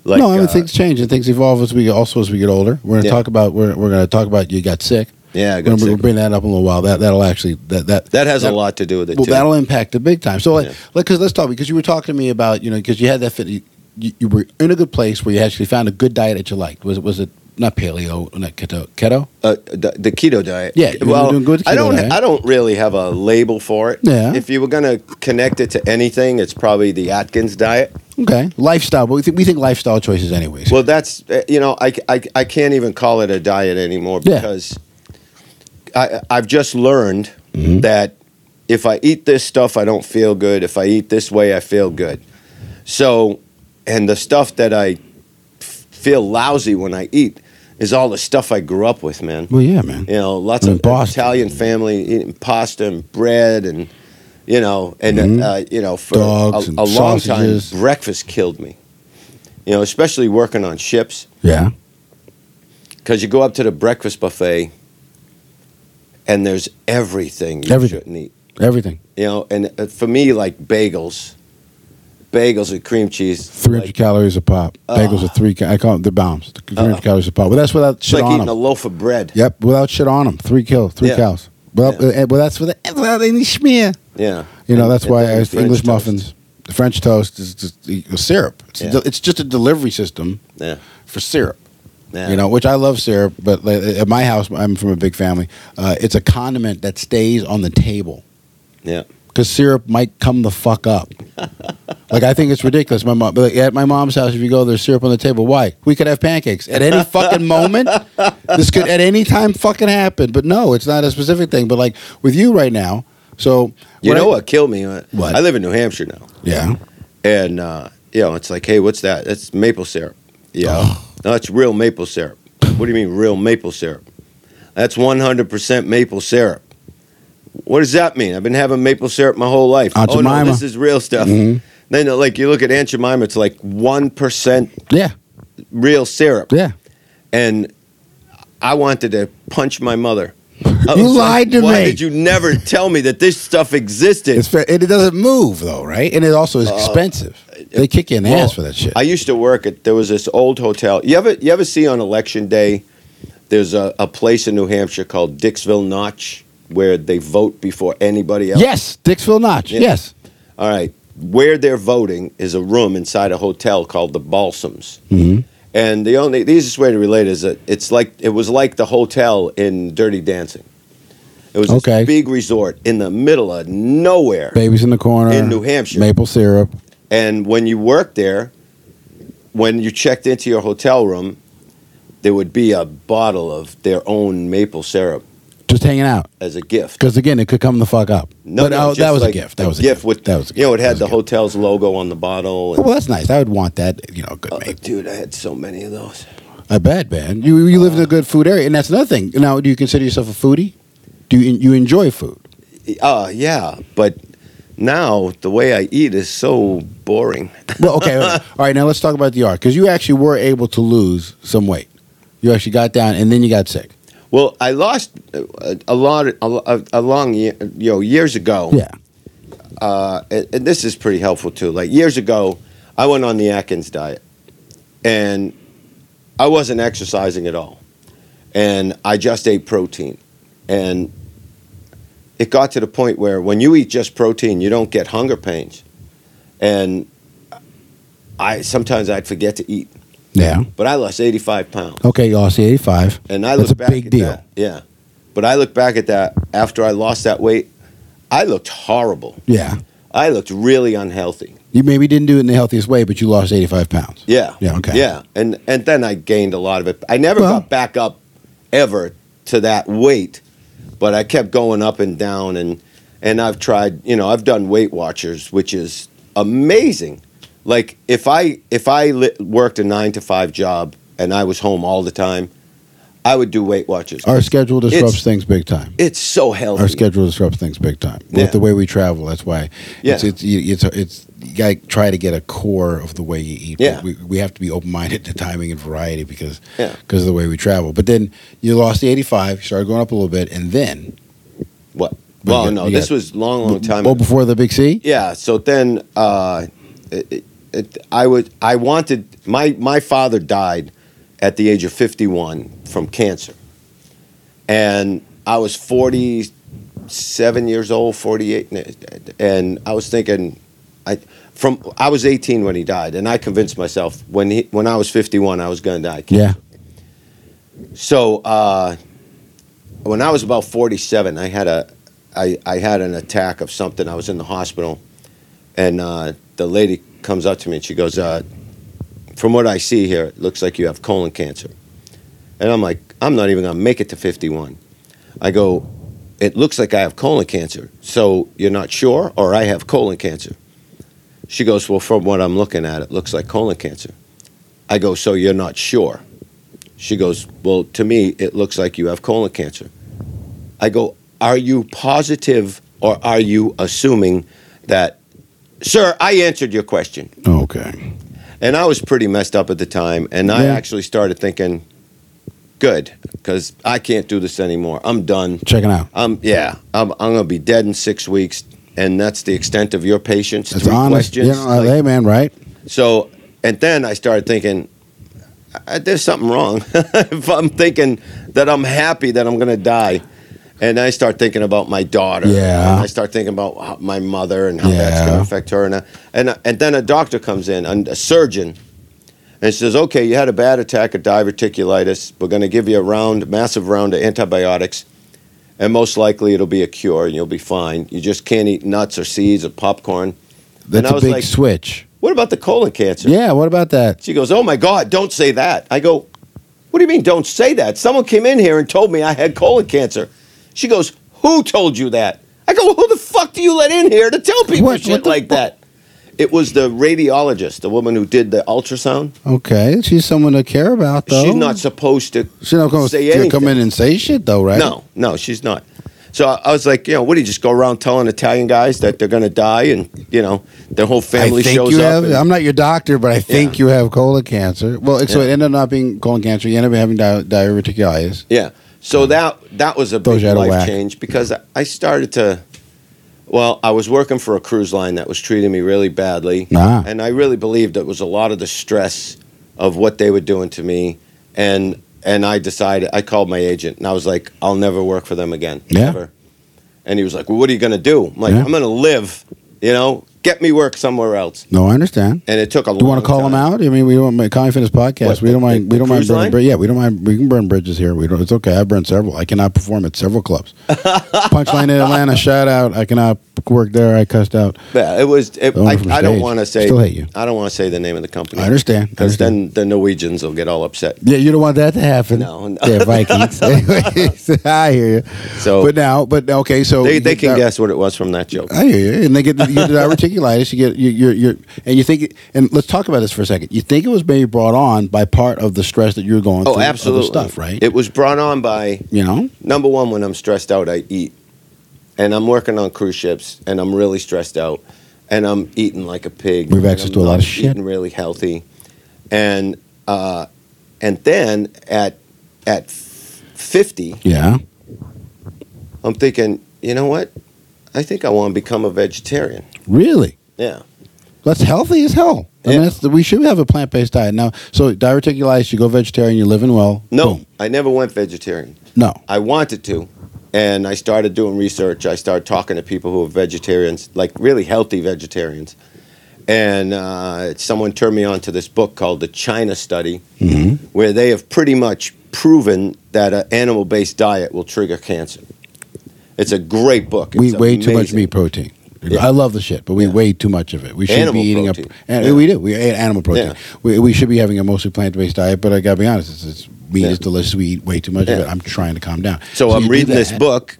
[SPEAKER 2] like
[SPEAKER 1] no, I mean
[SPEAKER 2] uh,
[SPEAKER 1] things change and things evolve as we get, also as we get older. We're gonna
[SPEAKER 2] Yeah.
[SPEAKER 1] talk about we're, we're gonna talk about you got sick.
[SPEAKER 2] yeah, I
[SPEAKER 1] We're
[SPEAKER 2] got
[SPEAKER 1] gonna,
[SPEAKER 2] sick.
[SPEAKER 1] we'll bring that up in a little while. That that'll actually that that
[SPEAKER 2] that has
[SPEAKER 1] that-
[SPEAKER 2] a lot to do with it
[SPEAKER 1] Well,
[SPEAKER 2] too.
[SPEAKER 1] that'll impact it big time. So like
[SPEAKER 2] Yeah.
[SPEAKER 1] like because let's talk because you were talking to me about you know because you had that fit you, you were in a good place where you actually found a good diet that you liked. Was it was it not paleo not keto keto?
[SPEAKER 2] uh, the, the keto diet.
[SPEAKER 1] Yeah, you're
[SPEAKER 2] well,
[SPEAKER 1] doing good
[SPEAKER 2] I
[SPEAKER 1] keto
[SPEAKER 2] don't.
[SPEAKER 1] diet.
[SPEAKER 2] I don't really have a label for it.
[SPEAKER 1] Yeah.
[SPEAKER 2] If you were gonna connect it to anything, it's probably the Atkins diet.
[SPEAKER 1] Okay, lifestyle. But we think we think lifestyle choices anyways.
[SPEAKER 2] Well, that's uh, you know, I, I, I can't even call it a diet anymore
[SPEAKER 1] Yeah.
[SPEAKER 2] because I I've just learned
[SPEAKER 1] Mm-hmm.
[SPEAKER 2] that if I eat this stuff, I don't feel good. If I eat this way, I feel good. So, and the stuff that I f- feel lousy when I eat is all the stuff I grew up with, man.
[SPEAKER 1] Well, yeah, man.
[SPEAKER 2] you know, lots
[SPEAKER 1] And
[SPEAKER 2] of
[SPEAKER 1] pasta.
[SPEAKER 2] Italian family eating pasta and bread and you know and uh, you know for
[SPEAKER 1] Mm-hmm. Dogs
[SPEAKER 2] a,
[SPEAKER 1] and
[SPEAKER 2] a long time
[SPEAKER 1] sausages.
[SPEAKER 2] breakfast killed me. You know, especially working on ships
[SPEAKER 1] Yeah.
[SPEAKER 2] because you go up to the breakfast buffet and there's everything you
[SPEAKER 1] Everything.
[SPEAKER 2] shouldn't eat.
[SPEAKER 1] Everything.
[SPEAKER 2] You know, and uh, for me, like bagels, bagels with cream cheese,
[SPEAKER 1] Three hundred
[SPEAKER 2] like, uh, Uh-huh.
[SPEAKER 1] calories a pop. Bagels are three. ca- I call them the bombs. Three hundred calories a pop. But that's without
[SPEAKER 2] it's
[SPEAKER 1] shit
[SPEAKER 2] like
[SPEAKER 1] on
[SPEAKER 2] eating
[SPEAKER 1] them.
[SPEAKER 2] a loaf of bread.
[SPEAKER 1] Yep, without shit on them. Three kill, three
[SPEAKER 2] Yeah.
[SPEAKER 1] cows. Without,
[SPEAKER 2] Yeah.
[SPEAKER 1] uh, well, that's without, without any schmear.
[SPEAKER 2] Yeah,
[SPEAKER 1] You know,
[SPEAKER 2] And-
[SPEAKER 1] that's
[SPEAKER 2] and
[SPEAKER 1] why
[SPEAKER 2] then
[SPEAKER 1] I,
[SPEAKER 2] French
[SPEAKER 1] English
[SPEAKER 2] toast.
[SPEAKER 1] muffins, the French toast is just uh, syrup. It's,
[SPEAKER 2] Yeah.
[SPEAKER 1] a, it's just a delivery system
[SPEAKER 2] Yeah,
[SPEAKER 1] for syrup.
[SPEAKER 2] yeah.
[SPEAKER 1] You know, which I love syrup, but like, at my house, I'm from a big family. Uh, it's a condiment that stays on the table
[SPEAKER 2] yeah.
[SPEAKER 1] because syrup might come the fuck up. like I think it's ridiculous. My mom, like, at my mom's house, if you go, there's syrup on the table. Why? We could have pancakes at any fucking moment. This could at any time fucking happen. But no, it's not a specific thing. But like with you right now, so
[SPEAKER 2] You know
[SPEAKER 1] I-
[SPEAKER 2] what killed me? Uh,
[SPEAKER 1] What?
[SPEAKER 2] I live in New Hampshire now,
[SPEAKER 1] Yeah.
[SPEAKER 2] and uh, you know it's like, hey, what's that? That's maple syrup. Yeah,
[SPEAKER 1] Oh.
[SPEAKER 2] no, that's real maple syrup. What do you mean real maple syrup? That's one hundred percent maple syrup. What does that mean? I've been having maple syrup my whole life.
[SPEAKER 1] Aunt
[SPEAKER 2] oh no,
[SPEAKER 1] Jemima.
[SPEAKER 2] this is real stuff.
[SPEAKER 1] Mhm.
[SPEAKER 2] Then uh, like you look at Aunt Jemima, it's like one percent
[SPEAKER 1] Yeah.
[SPEAKER 2] real syrup,
[SPEAKER 1] Yeah.
[SPEAKER 2] and I wanted to punch my mother. I
[SPEAKER 1] You
[SPEAKER 2] was
[SPEAKER 1] lied to
[SPEAKER 2] Why
[SPEAKER 1] me."
[SPEAKER 2] did you never tell me that this stuff existed?
[SPEAKER 1] It's fair. and it doesn't move though, right? And it also is expensive. They kick you in the
[SPEAKER 2] Uh, well,
[SPEAKER 1] ass for that shit.
[SPEAKER 2] I used to work at there was this old hotel. You ever you ever see on election day there's a, a place in New Hampshire called Dixville Notch where they vote before anybody else.
[SPEAKER 1] yes, Dixville Notch.
[SPEAKER 2] Yeah.
[SPEAKER 1] Yes.
[SPEAKER 2] All right. Where they're voting is a room inside a hotel called the Balsams.
[SPEAKER 1] Mhm.
[SPEAKER 2] And the only the easiest way to relate is that it's like it was like the hotel in Dirty Dancing. It was
[SPEAKER 1] Okay.
[SPEAKER 2] this big resort in the middle of nowhere.
[SPEAKER 1] Babies in the corner
[SPEAKER 2] In New Hampshire.
[SPEAKER 1] Maple syrup.
[SPEAKER 2] And when you worked there, when you checked into your hotel room, there would be a bottle of their own maple syrup
[SPEAKER 1] Just hanging out.
[SPEAKER 2] as a gift.
[SPEAKER 1] Because again, it could come the fuck up. but oh,
[SPEAKER 2] just
[SPEAKER 1] that was
[SPEAKER 2] like
[SPEAKER 1] a gift. That was a
[SPEAKER 2] gift
[SPEAKER 1] gift.
[SPEAKER 2] with
[SPEAKER 1] that was a gift.
[SPEAKER 2] you know it
[SPEAKER 1] That
[SPEAKER 2] had
[SPEAKER 1] was
[SPEAKER 2] the
[SPEAKER 1] a gift.
[SPEAKER 2] hotel's logo on the bottle.
[SPEAKER 1] Oh,
[SPEAKER 2] And,
[SPEAKER 1] well, that's nice. I would want that. You know, good
[SPEAKER 2] Oh,
[SPEAKER 1] maple.
[SPEAKER 2] dude, I had so many of those.
[SPEAKER 1] I bet, man. You you
[SPEAKER 2] uh,
[SPEAKER 1] live in a good food area, and that's another thing. Now, do you consider yourself a foodie? Do you you enjoy food?
[SPEAKER 2] Uh, yeah, but now the way I eat is so boring.
[SPEAKER 1] Well, okay. all right. Now let's talk about the art because you actually were able to lose some weight. You actually got down, and then you got sick.
[SPEAKER 2] Well, I lost uh, a, a lot a, a, a long year, you know, years ago.
[SPEAKER 1] Yeah.
[SPEAKER 2] Uh, and, and this is pretty helpful too. Like years ago, I went on the Atkins diet, and I wasn't exercising at all, and I just ate protein, and it got to the point where when you eat just protein, you don't get hunger pains, and I sometimes I'd forget to eat,
[SPEAKER 1] Yeah.
[SPEAKER 2] but I lost eighty five pounds.
[SPEAKER 1] Okay, y'all see 85.
[SPEAKER 2] And I
[SPEAKER 1] That's
[SPEAKER 2] look
[SPEAKER 1] a
[SPEAKER 2] back
[SPEAKER 1] big
[SPEAKER 2] at
[SPEAKER 1] deal.
[SPEAKER 2] that. Yeah. But I look back at that after I lost that weight, I looked horrible.
[SPEAKER 1] Yeah.
[SPEAKER 2] I looked really unhealthy.
[SPEAKER 1] You maybe didn't do it in the healthiest way, but you lost 85 pounds.
[SPEAKER 2] Yeah.
[SPEAKER 1] Yeah, okay.
[SPEAKER 2] Yeah. And and then I gained a lot of it. I never
[SPEAKER 1] Well-
[SPEAKER 2] got back up ever to that weight, but I kept going up and down and and I've tried, you know, I've done Weight Watchers, which is amazing. Like if I if I li- worked a 9 to 5 job and I was home all the time, I would do Weight Watchers.
[SPEAKER 1] Our schedule disrupts
[SPEAKER 2] It's-
[SPEAKER 1] things big time.
[SPEAKER 2] it's so healthy.
[SPEAKER 1] Our schedule disrupts things big time.
[SPEAKER 2] Yeah.
[SPEAKER 1] With the way we travel, that's why.
[SPEAKER 2] Yeah.
[SPEAKER 1] It's, it's, you- it's, it's, you got to try to get a core of the way you eat. but
[SPEAKER 2] Yeah.
[SPEAKER 1] We, we have to be open minded to timing and variety because
[SPEAKER 2] Yeah.
[SPEAKER 1] because of the way we travel. But then you lost the 85, you started going up a little bit, and then.
[SPEAKER 2] What?
[SPEAKER 1] But
[SPEAKER 2] Well,
[SPEAKER 1] you-
[SPEAKER 2] no,
[SPEAKER 1] you
[SPEAKER 2] this
[SPEAKER 1] got-
[SPEAKER 2] was long, long time.
[SPEAKER 1] Well, before the Big C?
[SPEAKER 2] yeah. So then, uh, it, it- it, I would. I wanted my my father died at the age of fifty one from cancer, and I was forty seven years old, forty eight, and I was thinking, I from I was eighteen when he died, and I convinced myself when he when I was fifty one I was going to die. of
[SPEAKER 1] Yeah.
[SPEAKER 2] cancer. So uh, when I was about 47, I had a I, I had an attack of something. I was in the hospital, and uh, the lady comes up to me and she goes, uh, "From what I see here, it looks like you have colon cancer." And I'm like, "I'm not even gonna make it to 51." I go, "It looks like I have colon cancer. So you're not sure, or I have colon cancer?" She goes, "Well, from what I'm looking at, it looks like colon cancer." I go, "So you're not sure?" She goes, Well, to me, it looks like you have colon cancer. I go, Are you positive or are you assuming that, sir, I answered your question?
[SPEAKER 1] Oh, Okay.
[SPEAKER 2] And I was pretty messed up at the time. And I
[SPEAKER 1] Yeah.
[SPEAKER 2] actually started thinking, Good, because I can't do this anymore. I'm done.
[SPEAKER 1] Checking out.
[SPEAKER 2] I'm, yeah, I'm, I'm going to be dead in six weeks. And that's the extent of your patience.
[SPEAKER 1] That's
[SPEAKER 2] Three
[SPEAKER 1] honest.
[SPEAKER 2] questions.
[SPEAKER 1] You know,
[SPEAKER 2] Like-
[SPEAKER 1] hey, man, right?
[SPEAKER 2] so, and then I started thinking, I, there's something wrong. if I'm thinking that I'm happy that I'm going to die, and I start thinking about my daughter,
[SPEAKER 1] Yeah.
[SPEAKER 2] and I start thinking about how, my mother and how that's
[SPEAKER 1] Yeah.
[SPEAKER 2] going to affect her, and I, and uh, and then a doctor comes in, and a surgeon, and says, "Okay, you had a bad attack of diverticulitis. We're going to give you a round, massive round of antibiotics." And most likely it'll be a cure and you'll be fine. You just can't eat nuts or seeds or popcorn. And
[SPEAKER 1] That's
[SPEAKER 2] I
[SPEAKER 1] a
[SPEAKER 2] was
[SPEAKER 1] big
[SPEAKER 2] like-
[SPEAKER 1] switch.
[SPEAKER 2] What about the colon cancer?
[SPEAKER 1] Yeah, what about that?
[SPEAKER 2] She goes, Oh my God, don't say that. I go, What do you mean, don't say that? Someone came in here and told me I had colon cancer. She goes, Who told you that? I go, Who the fuck do you let in here to tell people
[SPEAKER 1] What- what
[SPEAKER 2] shit
[SPEAKER 1] the
[SPEAKER 2] like
[SPEAKER 1] fu-
[SPEAKER 2] that? It was the radiologist, the woman who did the ultrasound.
[SPEAKER 1] Okay, she's someone to care about, though.
[SPEAKER 2] She's not supposed to
[SPEAKER 1] She don't come,
[SPEAKER 2] say
[SPEAKER 1] she'll
[SPEAKER 2] anything.
[SPEAKER 1] come in and say shit, though, right?
[SPEAKER 2] No, no, she's not. So I, I was like, you know, what do you just go around telling Italian guys that they're going to die and, you know, their whole
[SPEAKER 1] I
[SPEAKER 2] family
[SPEAKER 1] think
[SPEAKER 2] shows
[SPEAKER 1] you
[SPEAKER 2] up?
[SPEAKER 1] have.
[SPEAKER 2] and-
[SPEAKER 1] I'm not your doctor, but I think you
[SPEAKER 2] Yeah.
[SPEAKER 1] have colon cancer. Well, so it
[SPEAKER 2] Yeah.
[SPEAKER 1] ended up not being colon cancer. You ended up having di- diverticulitis.
[SPEAKER 2] Yeah. So that that was a
[SPEAKER 1] Mm. Throws
[SPEAKER 2] big
[SPEAKER 1] you out of
[SPEAKER 2] life
[SPEAKER 1] whack.
[SPEAKER 2] change because I- I started to. Well, I was working for a cruise line that was treating me really badly,
[SPEAKER 1] Ah.
[SPEAKER 2] and I really believed it was a lot of the stress of what they were doing to me, and and I decided I called my agent and I was like, I'll never work for them again,
[SPEAKER 1] Yeah.
[SPEAKER 2] never. And he was like, Well, what are you going to do? I'm like,
[SPEAKER 1] Yeah.
[SPEAKER 2] I'm going to live, you know, get me work somewhere else.
[SPEAKER 1] No, I understand.
[SPEAKER 2] And it took a.
[SPEAKER 1] Do you want to call them out? I mean, we don't mind County Fitness podcast.
[SPEAKER 2] What,
[SPEAKER 1] we don't
[SPEAKER 2] the-
[SPEAKER 1] mind.
[SPEAKER 2] the
[SPEAKER 1] We don't mind
[SPEAKER 2] cruise
[SPEAKER 1] burning.
[SPEAKER 2] line?
[SPEAKER 1] bri- Yeah, we don't mind. We can burn bridges here. We don't. It's okay. I burned several. I cannot perform at several clubs. Punchline in Atlanta. Shout out. I cannot work there. I cussed out.
[SPEAKER 2] Yeah, it was. It,
[SPEAKER 1] The one
[SPEAKER 2] I,
[SPEAKER 1] from
[SPEAKER 2] I don't
[SPEAKER 1] stage.
[SPEAKER 2] want to say.
[SPEAKER 1] Still hate you.
[SPEAKER 2] I don't want to say the name of the company.
[SPEAKER 1] I understand. I
[SPEAKER 2] Because then
[SPEAKER 1] understand.
[SPEAKER 2] the Norwegians will get all upset.
[SPEAKER 1] Yeah, you don't want that to happen.
[SPEAKER 2] No, no.
[SPEAKER 1] They're Vikings. Anyways, I hear you.
[SPEAKER 2] So-
[SPEAKER 1] but now, but okay, so
[SPEAKER 2] They, they can
[SPEAKER 1] that-
[SPEAKER 2] guess what it was from that joke.
[SPEAKER 1] I hear you, and they get you get diverticulitis. You get you you you, and you think. And let's talk about this for a second. You think it was maybe brought on by part of the stress that you're going
[SPEAKER 2] Oh,
[SPEAKER 1] through, other
[SPEAKER 2] absolutely.
[SPEAKER 1] stuff, right?
[SPEAKER 2] It was brought on by
[SPEAKER 1] you know,
[SPEAKER 2] number one. When I'm stressed out, I eat, and I'm working on cruise ships, and I'm really stressed out, and I'm eating like a pig.
[SPEAKER 1] We've
[SPEAKER 2] and
[SPEAKER 1] access
[SPEAKER 2] I'm
[SPEAKER 1] to a lot
[SPEAKER 2] not
[SPEAKER 1] of shit.
[SPEAKER 2] Eating really healthy, and uh, and then at at 50,
[SPEAKER 1] Yeah.
[SPEAKER 2] I'm thinking, you know what? I think I want to become a vegetarian.
[SPEAKER 1] Really?
[SPEAKER 2] Yeah.
[SPEAKER 1] That's healthy as hell. I mean,
[SPEAKER 2] Yeah.
[SPEAKER 1] that's, we should have a plant based diet now. So diverticulitis, you go vegetarian, you're living well.
[SPEAKER 2] No,
[SPEAKER 1] Boom.
[SPEAKER 2] I never went vegetarian.
[SPEAKER 1] no.
[SPEAKER 2] I wanted to. And I started doing research. I started talking to people who are vegetarians, like really healthy vegetarians. And uh, someone turned me on to this book called The China Study,
[SPEAKER 1] Mhm.
[SPEAKER 2] where they have pretty much proven that an animal based diet will trigger cancer. It's a great book.
[SPEAKER 1] We
[SPEAKER 2] It's
[SPEAKER 1] eat way too much
[SPEAKER 2] amazing.
[SPEAKER 1] meat protein.
[SPEAKER 2] Yeah.
[SPEAKER 1] I love the shit, but we eat way too much of it. We should
[SPEAKER 2] Animal
[SPEAKER 1] be eating
[SPEAKER 2] protein.
[SPEAKER 1] a. and
[SPEAKER 2] Yeah.
[SPEAKER 1] We do. We eat animal protein.
[SPEAKER 2] Yeah.
[SPEAKER 1] We, we should be having a mostly plant based diet, but I got to be honest, it's, it's, meat
[SPEAKER 2] Yeah.
[SPEAKER 1] is delicious. We eat way too much of
[SPEAKER 2] Yeah.
[SPEAKER 1] it. I'm trying to calm down.
[SPEAKER 2] So,
[SPEAKER 1] you
[SPEAKER 2] I'm
[SPEAKER 1] do
[SPEAKER 2] reading this
[SPEAKER 1] that.
[SPEAKER 2] book,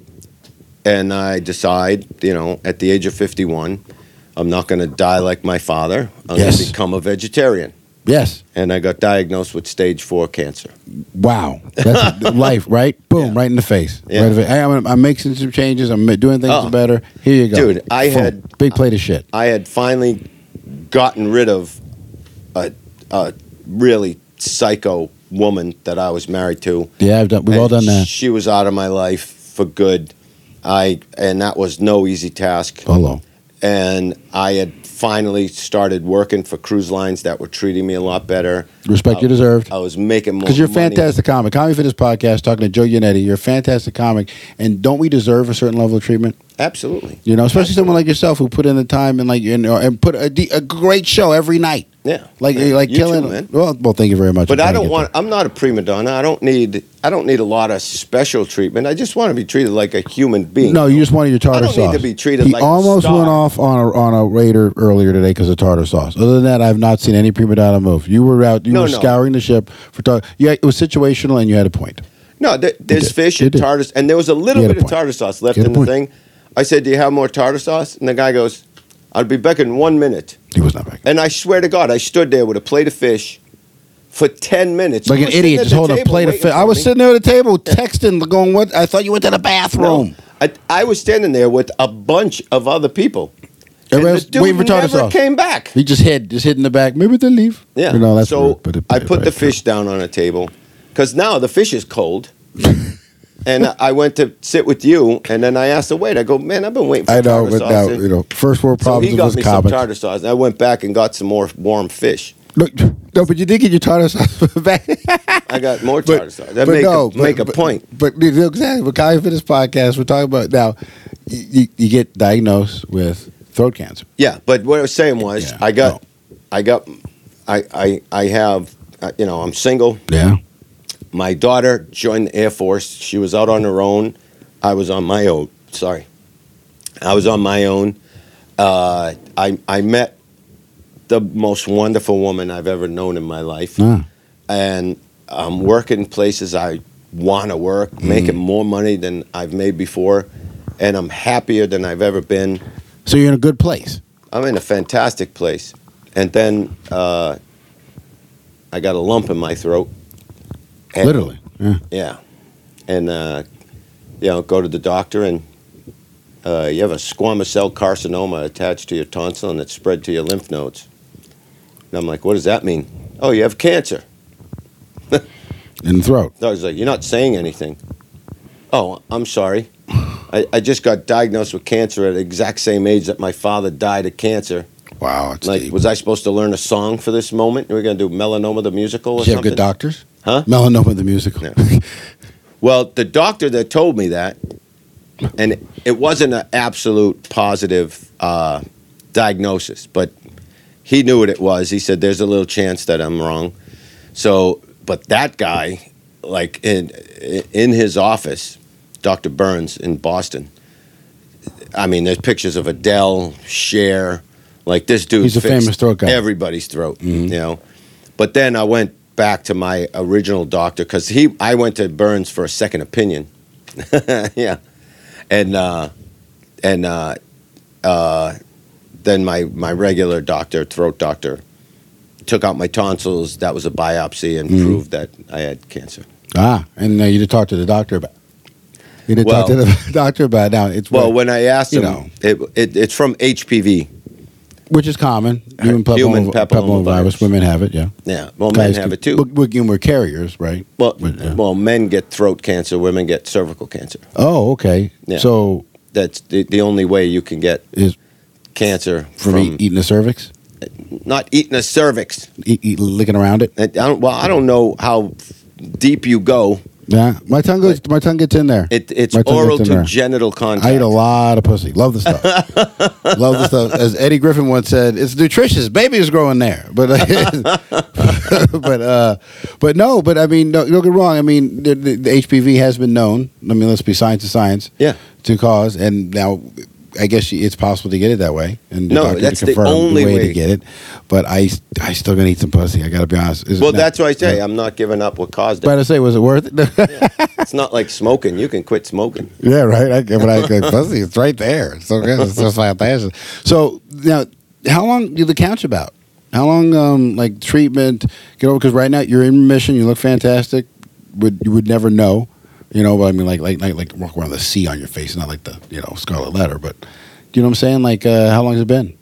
[SPEAKER 2] and I decide, you know, at the age of 51, I'm not going to die like my father. I'm
[SPEAKER 1] Yes.
[SPEAKER 2] going to become a vegetarian.
[SPEAKER 1] Yes.
[SPEAKER 2] And I got diagnosed with stage four cancer.
[SPEAKER 1] Wow. That's life, right? Boom, right in the face.
[SPEAKER 2] Yeah.
[SPEAKER 1] Right in the face. Hey, I'm, I'm making some changes. I'm doing things
[SPEAKER 2] Oh.
[SPEAKER 1] better. Here you go.
[SPEAKER 2] Dude, I had-
[SPEAKER 1] Big plate of shit.
[SPEAKER 2] I had finally gotten rid of a, a really psycho woman that I was married to.
[SPEAKER 1] Yeah, I've done, we've all done
[SPEAKER 2] And
[SPEAKER 1] that.
[SPEAKER 2] She was out of my life for good. I and that was no easy task.
[SPEAKER 1] Hello.
[SPEAKER 2] And I had finally started working for cruise lines that were treating me a lot better.
[SPEAKER 1] Respect you
[SPEAKER 2] I-
[SPEAKER 1] deserved.
[SPEAKER 2] I was making more.
[SPEAKER 1] Because you're a
[SPEAKER 2] money.
[SPEAKER 1] fantastic comic. Comedy Fitness Podcast, talking to Joe Yannetti. You're a fantastic comic. And don't we deserve a certain level of treatment?
[SPEAKER 2] Absolutely.
[SPEAKER 1] You know, especially someone like yourself who put in the time and like you know, and put a, de- a great show every night.
[SPEAKER 2] Yeah.
[SPEAKER 1] Like
[SPEAKER 2] Yeah.
[SPEAKER 1] like
[SPEAKER 2] You too,
[SPEAKER 1] killing.
[SPEAKER 2] man.
[SPEAKER 1] well, well, thank you very much.
[SPEAKER 2] But
[SPEAKER 1] I'm trying
[SPEAKER 2] I
[SPEAKER 1] to
[SPEAKER 2] don't
[SPEAKER 1] get
[SPEAKER 2] want. I'm not a prima donna. I don't need. I don't need a lot of special treatment. I just want to be treated like a human being.
[SPEAKER 1] No, you just wanted your tartar
[SPEAKER 2] I don't need
[SPEAKER 1] sauce.
[SPEAKER 2] to be treated
[SPEAKER 1] he
[SPEAKER 2] like a
[SPEAKER 1] almost
[SPEAKER 2] star.
[SPEAKER 1] went off on a, on a raider earlier today because of tartar sauce. Other than that, I've not seen any prima donna move. You were out. You
[SPEAKER 2] No,
[SPEAKER 1] were
[SPEAKER 2] no.
[SPEAKER 1] scouring the ship for tartar. Yeah, it was situational, and you had a point.
[SPEAKER 2] No, there,
[SPEAKER 1] You
[SPEAKER 2] there's
[SPEAKER 1] did.
[SPEAKER 2] fish
[SPEAKER 1] You
[SPEAKER 2] and
[SPEAKER 1] did.
[SPEAKER 2] tartar, and there was a little
[SPEAKER 1] You had
[SPEAKER 2] bit
[SPEAKER 1] a point.
[SPEAKER 2] of tartar sauce left
[SPEAKER 1] You had a
[SPEAKER 2] in the
[SPEAKER 1] point.
[SPEAKER 2] thing. I said, "Do you have more tartar sauce?" And the guy goes, "I'll be back in one minute."
[SPEAKER 1] He was not back.
[SPEAKER 2] And I swear to God, I stood there with a plate of fish for ten minutes,
[SPEAKER 1] Like
[SPEAKER 2] You
[SPEAKER 1] an
[SPEAKER 2] were sitting
[SPEAKER 1] idiot,
[SPEAKER 2] at
[SPEAKER 1] just
[SPEAKER 2] the
[SPEAKER 1] holding a
[SPEAKER 2] table
[SPEAKER 1] plate of
[SPEAKER 2] waiting
[SPEAKER 1] fish. I
[SPEAKER 2] for
[SPEAKER 1] was
[SPEAKER 2] me.
[SPEAKER 1] sitting there at the table texting, going, "What? I thought you went to the bathroom."
[SPEAKER 2] I, I was standing there with a bunch of other people.
[SPEAKER 1] Everybody
[SPEAKER 2] And the
[SPEAKER 1] was
[SPEAKER 2] dude
[SPEAKER 1] waiting for tartar
[SPEAKER 2] never
[SPEAKER 1] sauce.
[SPEAKER 2] came back.
[SPEAKER 1] He just hid, just hid in the back. Maybe they leave.
[SPEAKER 2] Yeah.
[SPEAKER 1] You know, that's
[SPEAKER 2] so
[SPEAKER 1] rude, but it-
[SPEAKER 2] I
[SPEAKER 1] it-
[SPEAKER 2] put the
[SPEAKER 1] it-
[SPEAKER 2] fish down on a table because now the fish is cold. and I- I went to sit with you, and then I asked the waiter, I go, man, I've been waiting for
[SPEAKER 1] I know,
[SPEAKER 2] tartar
[SPEAKER 1] but
[SPEAKER 2] sauce.
[SPEAKER 1] now
[SPEAKER 2] And
[SPEAKER 1] you know, first world
[SPEAKER 2] so
[SPEAKER 1] problems
[SPEAKER 2] he
[SPEAKER 1] of
[SPEAKER 2] got
[SPEAKER 1] this
[SPEAKER 2] me
[SPEAKER 1] comic.
[SPEAKER 2] some tartar sauce. And I went back and got some more warm fish.
[SPEAKER 1] Look, no, but you did get your tartar sauce back.
[SPEAKER 2] I got more tartar sauce. That make, a, make a point.
[SPEAKER 1] But, but exactly, with Kyle Fitness podcast, we're talking about now. You, you, you get diagnosed with throat cancer.
[SPEAKER 2] Yeah, but what I was saying was,
[SPEAKER 1] Yeah,
[SPEAKER 2] I got, I got, I, I, I have, uh, you know, I'm single.
[SPEAKER 1] Yeah,
[SPEAKER 2] My daughter joined the Air Force. She was out on her own. I was on my own. Sorry. I was on my own. Uh, I, I met the most wonderful woman I've ever known in my life.
[SPEAKER 1] Ah.
[SPEAKER 2] And I'm working places I want to work, making more money than I've made before. And I'm happier than I've ever been.
[SPEAKER 1] so you're in a good place.
[SPEAKER 2] I'm in a fantastic place. And then uh, I got a lump in my throat. And-
[SPEAKER 1] Literally, yeah.
[SPEAKER 2] yeah, and uh, you know, go to the doctor, and uh, you have a squamous cell carcinoma attached to your tonsil, and it's spread to your lymph nodes. And I'm like, what does that mean? Oh, you have cancer.
[SPEAKER 1] in the throat.
[SPEAKER 2] I was like, you're not saying anything. Oh, I'm sorry. I, I just got diagnosed with cancer at the exact same age that my father died of cancer.
[SPEAKER 1] Wow, it's
[SPEAKER 2] Like,
[SPEAKER 1] deep.
[SPEAKER 2] was I supposed to learn a song for this moment? We're gonna do Melanoma the musical or
[SPEAKER 1] Did you have
[SPEAKER 2] something?
[SPEAKER 1] good doctors?
[SPEAKER 2] Huh?
[SPEAKER 1] Melanoma the musical.
[SPEAKER 2] Yeah. Well, the doctor that told me that, and it wasn't an absolute positive uh, diagnosis, but he knew what it was. He said, "There's a little chance that I'm wrong." So, but that guy, like in in his office, Dr. Burns in Boston. I mean, there's pictures of Adele, Cher, like this dude.
[SPEAKER 1] He's a
[SPEAKER 2] fixed
[SPEAKER 1] famous throat guy. Mm-hmm.
[SPEAKER 2] Everybody's throat, you know. But then I went back to my original doctor because he, I went to Burns for a second opinion. yeah, and uh, and uh, uh, then my my regular doctor, throat doctor, took out my tonsils. That was a biopsy and
[SPEAKER 1] Mhm.
[SPEAKER 2] proved that I had cancer.
[SPEAKER 1] ah, and uh, you did talk to the doctor about. You did talk to
[SPEAKER 2] Well-
[SPEAKER 1] the doctor about it. now. It's
[SPEAKER 2] Well,
[SPEAKER 1] what-
[SPEAKER 2] when I asked
[SPEAKER 1] You
[SPEAKER 2] him,
[SPEAKER 1] know.
[SPEAKER 2] it, it, it's from HPV.
[SPEAKER 1] which is common. Human papilloma,
[SPEAKER 2] Human
[SPEAKER 1] papillomavirus.
[SPEAKER 2] papillomavirus.
[SPEAKER 1] Women have it. Yeah.
[SPEAKER 2] Yeah, well,
[SPEAKER 1] Guys
[SPEAKER 2] men have
[SPEAKER 1] can-
[SPEAKER 2] it too.
[SPEAKER 1] But, but again, we're carriers, right?
[SPEAKER 2] well,
[SPEAKER 1] But, yeah.
[SPEAKER 2] well, men get throat cancer, women get cervical cancer.
[SPEAKER 1] oh, okay.
[SPEAKER 2] Yeah.
[SPEAKER 1] So
[SPEAKER 2] That's the, the only way you can get
[SPEAKER 1] is
[SPEAKER 2] cancer
[SPEAKER 1] from,
[SPEAKER 2] from,
[SPEAKER 1] e- eating the cervix,
[SPEAKER 2] not eating a cervix.
[SPEAKER 1] e- e- licking around it.
[SPEAKER 2] I I don't, well, I don't know how deep you go.
[SPEAKER 1] Yeah, my tongue goes. My tongue gets in there.
[SPEAKER 2] It, it's
[SPEAKER 1] My tongue
[SPEAKER 2] oral
[SPEAKER 1] gets
[SPEAKER 2] to
[SPEAKER 1] in there.
[SPEAKER 2] genital contact.
[SPEAKER 1] I eat a lot of pussy. Love the stuff. Love the stuff. As Eddie Griffin once said, "It's nutritious. Baby's growing there." But, but, uh, but no. But I mean, no, don't get wrong. I mean, the, the, the HPV has been known. I mean, let's be science to science.
[SPEAKER 2] Yeah.
[SPEAKER 1] To cause, and now, I guess it's possible to get it that way. And the
[SPEAKER 2] No,
[SPEAKER 1] doctor can
[SPEAKER 2] that's the
[SPEAKER 1] confirm
[SPEAKER 2] only
[SPEAKER 1] way, to
[SPEAKER 2] way.
[SPEAKER 1] get it. But I, I still gonna eat some pussy. I gotta be honest. Is it
[SPEAKER 2] Well,
[SPEAKER 1] not-
[SPEAKER 2] that's what I say.
[SPEAKER 1] Yeah.
[SPEAKER 2] I'm not giving up what caused
[SPEAKER 1] But
[SPEAKER 2] it.
[SPEAKER 1] I say, was it worth it?
[SPEAKER 2] It's not like smoking. You can quit smoking.
[SPEAKER 1] Yeah, right. I, but I, I Buzzy, it's right there. It's so good. It's so fantastic. So now, how long do the couch about? How long, um, like treatment? You know, because right now you're in remission. You look fantastic. Would you would never know, you know? But I mean, like like like like walk around with a C on your face, not like the you know scarlet letter. But you know what I'm saying? Like, uh, how long has it been?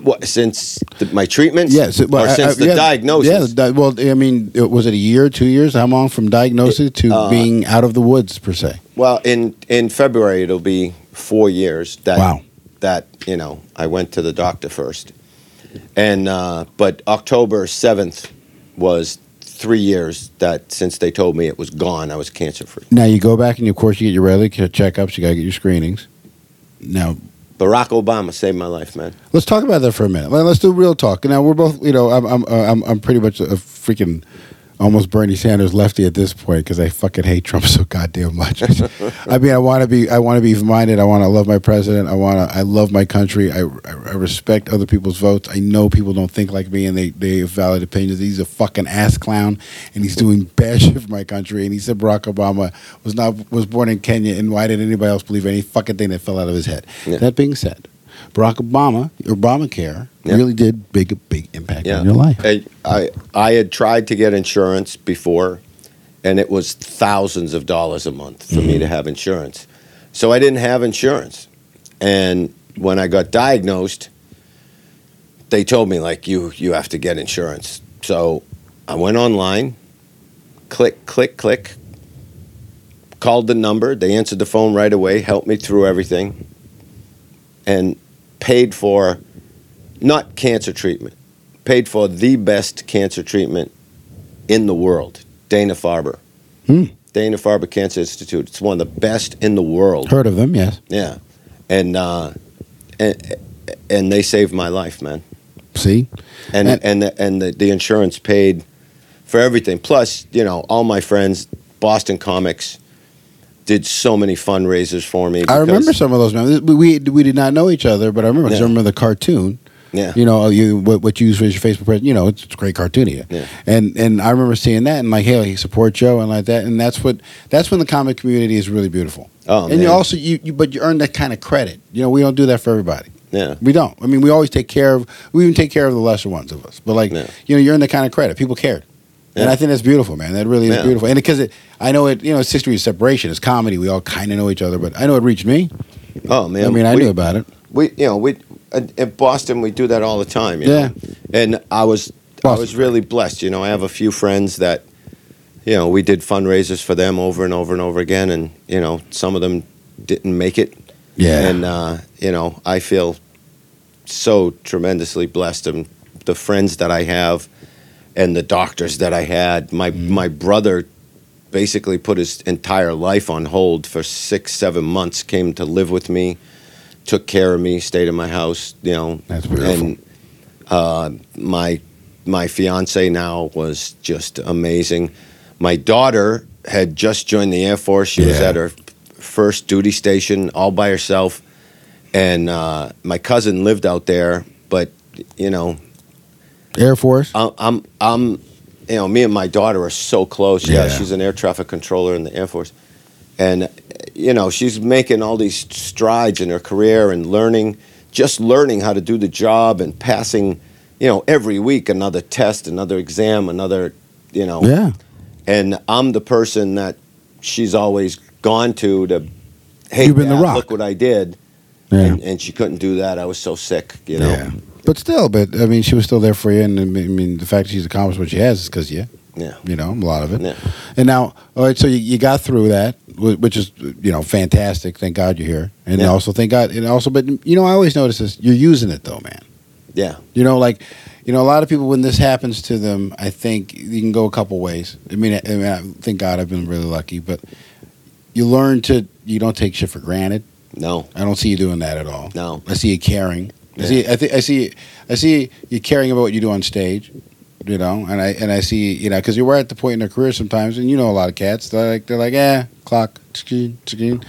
[SPEAKER 2] What, since the, my treatments?
[SPEAKER 1] Yes, it- well,
[SPEAKER 2] or
[SPEAKER 1] I-
[SPEAKER 2] since
[SPEAKER 1] I-
[SPEAKER 2] the
[SPEAKER 1] yeah,
[SPEAKER 2] diagnosis?
[SPEAKER 1] Yeah, di- well, I mean, it- was it a year, two years? How long from diagnosis to
[SPEAKER 2] uh,
[SPEAKER 1] being out of the woods per se?
[SPEAKER 2] Well, in in February it'll be four years that
[SPEAKER 1] Wow.
[SPEAKER 2] that you know I went to the doctor first, and uh, but October seventh was three years that since they told me it was gone. I was cancer free.
[SPEAKER 1] Now you go back and of course you get your regular ca- checkups. You got to get your screenings. Now
[SPEAKER 2] Barack Obama saved my life, man.
[SPEAKER 1] let's talk about that for a minute. Let- Let's do real talk. Now we're both, you know, I'm I'm uh, I'm, I'm pretty much a freaking almost Bernie Sanders lefty at this point because I fucking hate Trump so goddamn much. I mean, I want to be I want to be minded. I want to love my president. I want to I love my country. I, I I respect other people's votes. I know people don't think like me and they they have valid opinions. He's a fucking ass clown and he's doing bad shit for my country. And he said Barack Obama was not was born in Kenya and why did anybody else believe any fucking thing that fell out of his head?
[SPEAKER 2] Yeah.
[SPEAKER 1] That being said. Barack Obama, Obamacare,
[SPEAKER 2] Yeah.
[SPEAKER 1] really did big a big impact
[SPEAKER 2] Yeah,
[SPEAKER 1] on your life.
[SPEAKER 2] I, I I had tried to get insurance before, and it was thousands of dollars a month for me to
[SPEAKER 1] Mm-hmm.
[SPEAKER 2] have insurance. So I didn't have insurance, and when I got diagnosed, they told me like you you have to get insurance. So I went online, click click click, called the number. They answered the phone right away, helped me through everything, and paid for not cancer treatment paid for the best cancer treatment in the world, Dana Farber.
[SPEAKER 1] Hmm.
[SPEAKER 2] Dana Farber Cancer Institute. It's one of the best in the world.
[SPEAKER 1] Heard of them? Yes.
[SPEAKER 2] Yeah, and uh, and and they saved my life, man.
[SPEAKER 1] See,
[SPEAKER 2] And
[SPEAKER 1] And-
[SPEAKER 2] and and the, and the, the insurance paid for everything. Plus, you know, all my friends, Boston comics, did so many fundraisers for me.
[SPEAKER 1] I remember
[SPEAKER 2] because-
[SPEAKER 1] some of those. Memories. We we- we did not know each other, but I remember. 'cause I
[SPEAKER 2] Yeah.
[SPEAKER 1] remember the cartoon.
[SPEAKER 2] Yeah.
[SPEAKER 1] You know, you what, what you use for your Facebook presence. You know, it's, it's great cartoony.
[SPEAKER 2] Yeah.
[SPEAKER 1] And and I remember seeing that and like, hey, like, support Joe and like that. And that's what that's when the comic community is really beautiful.
[SPEAKER 2] Oh,
[SPEAKER 1] and you
[SPEAKER 2] man.
[SPEAKER 1] also you, you but you earn that kind of credit. You know, we don't do that for everybody.
[SPEAKER 2] yeah.
[SPEAKER 1] We don't. I mean, we always take care of. We even take care of the lesser ones of us. But like,
[SPEAKER 2] Yeah.
[SPEAKER 1] you know, you're in the kind of credit people cared, and
[SPEAKER 2] Yeah.
[SPEAKER 1] I think that's beautiful, man. That really is
[SPEAKER 2] Yeah.
[SPEAKER 1] beautiful, and because it, I know it. You know, it's six degrees of separation. It's comedy. We all kind of know each other, but I know it reached me.
[SPEAKER 2] Oh man.
[SPEAKER 1] I mean, I
[SPEAKER 2] we-
[SPEAKER 1] knew about it.
[SPEAKER 2] we you know we at at Boston we do that all the time. you
[SPEAKER 1] Yeah.
[SPEAKER 2] know? and I was I
[SPEAKER 1] Boston.
[SPEAKER 2] was really blessed. You know, I have a few friends that you know we did fundraisers for them over and over and over again, and you know some of them didn't make it.
[SPEAKER 1] Yeah.
[SPEAKER 2] and uh, you know I feel so tremendously blessed, and the friends that I have, and the doctors that I had. My
[SPEAKER 1] Mm-hmm.
[SPEAKER 2] my brother. Basically, put his entire life on hold for six, seven months. Came to live with me took care of me, stayed in my house, you know.
[SPEAKER 1] That's beautiful.
[SPEAKER 2] And uh, my my fiance now was just amazing. My daughter had just joined the Air Force. She was
[SPEAKER 1] Yeah.
[SPEAKER 2] at her first duty station all by herself, and uh, my cousin lived out there. But you know,
[SPEAKER 1] Air Force.
[SPEAKER 2] I'm, I'm, I'm, you know, me and my daughter are so close. Yeah,
[SPEAKER 1] Yeah.
[SPEAKER 2] she's an air traffic controller in the Air Force, and uh, you know, she's making all these strides in her career and learning, just learning how to do the job and passing, you know, every week another test, another exam, another, you know,
[SPEAKER 1] yeah.
[SPEAKER 2] and I'm the person that she's always gone to to, hey,
[SPEAKER 1] You've been the
[SPEAKER 2] Dad,
[SPEAKER 1] rock."
[SPEAKER 2] look what I did,
[SPEAKER 1] Yeah.
[SPEAKER 2] and, and she couldn't do that. I was so sick, you know.
[SPEAKER 1] Yeah. But still, but I mean, she was still there for you, and I mean- I mean, the fact that she's accomplished what she has is because yeah,
[SPEAKER 2] Yeah.
[SPEAKER 1] you know, a lot of it.
[SPEAKER 2] Yeah.
[SPEAKER 1] And now, all right, so you, you got through that, wh- which is you know fantastic. Thank God you're here, and
[SPEAKER 2] Yeah.
[SPEAKER 1] also thank God, and also, but you know, I always notice this. You're using it though, man.
[SPEAKER 2] Yeah.
[SPEAKER 1] You know, like, you know, a lot of people when this happens to them, I think you can go a couple ways. I mean, I, I mean, I, thank God I've been really lucky, but you learn to you don't take shit for granted.
[SPEAKER 2] No.
[SPEAKER 1] I don't see you doing that at all.
[SPEAKER 2] No.
[SPEAKER 1] I see you caring. I
[SPEAKER 2] Yeah.
[SPEAKER 1] see. I think I see. I see you caring about what you do on stage. You know, and I and I see you know because you were at the point in their career sometimes, and you know a lot of cats. They're like they're like, eh, clock, screen, screen,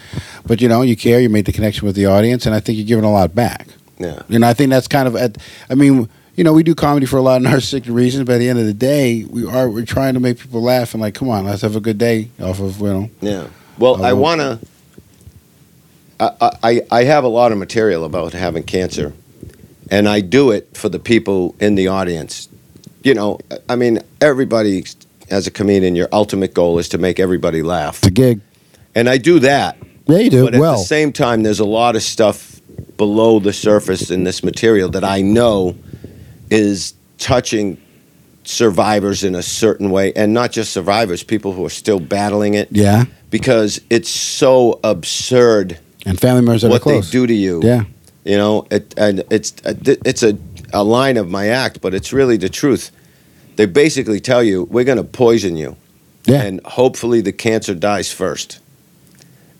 [SPEAKER 1] but you know you care. You made the connection with the audience, and I think you're giving a lot back.
[SPEAKER 2] Yeah.
[SPEAKER 1] And I think that's kind of at. I mean, you know, we do comedy for a lot of narcissistic reasons, but at the end of the day, we are we're trying to make people laugh and like, come on, let's have a good day off of you know.
[SPEAKER 2] Yeah. Well,
[SPEAKER 1] I
[SPEAKER 2] I
[SPEAKER 1] will-
[SPEAKER 2] want to. I, I I have a lot of material about having cancer, and I do it for the people in the audience. You know, I- I mean, everybody as a comedian, your ultimate goal is to make everybody laugh,
[SPEAKER 1] It's a gig.
[SPEAKER 2] and I do that.
[SPEAKER 1] Yeah, you do
[SPEAKER 2] But at the same time, there's a lot of stuff below the surface in this material that I know is touching survivors in a certain way, and not just survivors, people who are still battling it
[SPEAKER 1] yeah,
[SPEAKER 2] because it's so absurd
[SPEAKER 1] and family members that are
[SPEAKER 2] what
[SPEAKER 1] close.
[SPEAKER 2] they do to you.
[SPEAKER 1] Yeah,
[SPEAKER 2] You know, it, and it's it's a, a line of my act, but it's really the truth. They basically tell you we're going to poison you,
[SPEAKER 1] yeah,
[SPEAKER 2] and hopefully the cancer dies first.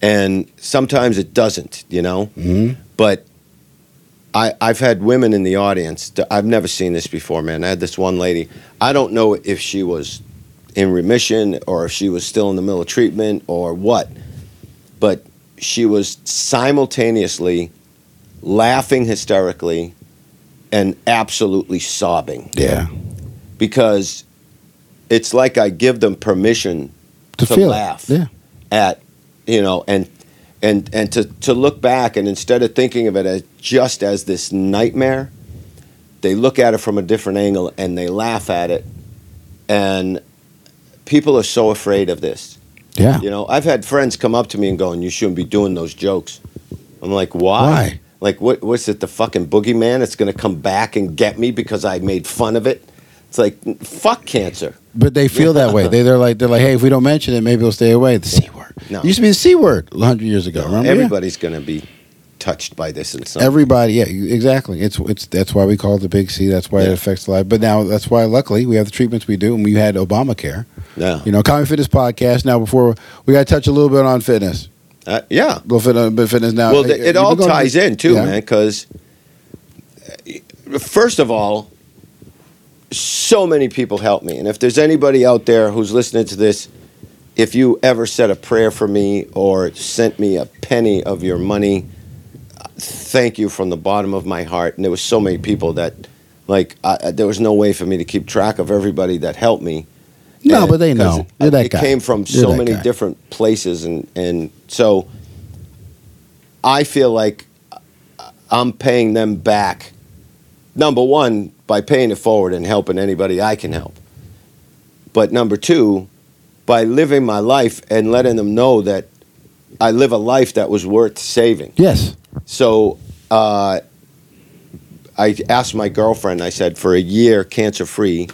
[SPEAKER 2] And sometimes it doesn't, you know.
[SPEAKER 1] Mhm.
[SPEAKER 2] But I I've had women in the audience. that- I've never seen this before, man. I had this one lady. I don't know if she was in remission or if she was still in the middle of treatment or what, but she was simultaneously laughing hysterically and absolutely sobbing
[SPEAKER 1] yeah.
[SPEAKER 2] because it's like I give them permission
[SPEAKER 1] To,
[SPEAKER 2] to
[SPEAKER 1] feel
[SPEAKER 2] laugh.
[SPEAKER 1] it. Yeah,
[SPEAKER 2] at you know and and and to to look back and instead of thinking of it as just as this nightmare they look at it from a different angle and they laugh at it and people are so afraid of this
[SPEAKER 1] yeah.
[SPEAKER 2] you know i've had friends come up to me and going you shouldn't be doing those jokes i'm like why,
[SPEAKER 1] Why?
[SPEAKER 2] like what what's it the fucking boogeyman that's going to come back and get me because i made fun of it it's like fuck cancer
[SPEAKER 1] But they feel that way. They they're like they're like, hey, if we don't mention it, maybe it'll stay away. The c word.
[SPEAKER 2] No.
[SPEAKER 1] It used to be the c word hundred years ago. Remember? Yeah.
[SPEAKER 2] everybody's going to be touched by this in some
[SPEAKER 1] Everybody, yeah, you- exactly. It's it's that's why we call it the big C. That's why it
[SPEAKER 2] Yeah.
[SPEAKER 1] affects life. But now that's why, luckily, we have the treatments we do, and we had Obamacare.
[SPEAKER 2] yeah
[SPEAKER 1] You know, Comedy Fitness podcast. Now, before we got to touch a little bit on fitness,
[SPEAKER 2] Uh, yeah
[SPEAKER 1] a little fit, a bit fitness. Now,
[SPEAKER 2] Well, th- it all ties in too,
[SPEAKER 1] Yeah.
[SPEAKER 2] man. Because first of all, so many people help me, and if there's anybody out there who's listening to this, if you ever said a prayer for me or sent me a penny of your money, thank you from the bottom of my heart. And there was so many people that, like, I, I- there was no way for me to keep track of everybody that helped me.
[SPEAKER 1] No,
[SPEAKER 2] And-
[SPEAKER 1] but they
[SPEAKER 2] 'cause
[SPEAKER 1] know. You're that
[SPEAKER 2] it
[SPEAKER 1] guy.
[SPEAKER 2] came from
[SPEAKER 1] You're
[SPEAKER 2] so
[SPEAKER 1] that
[SPEAKER 2] many
[SPEAKER 1] guy.
[SPEAKER 2] different places, and and so I feel like I'm paying them back. Number one, by paying it forward and helping anybody I can help. But number two, by living my life and letting them know that I live a life that was worth saving.
[SPEAKER 1] Yes.
[SPEAKER 2] So uh, I asked my girlfriend, I said, for a year cancer free,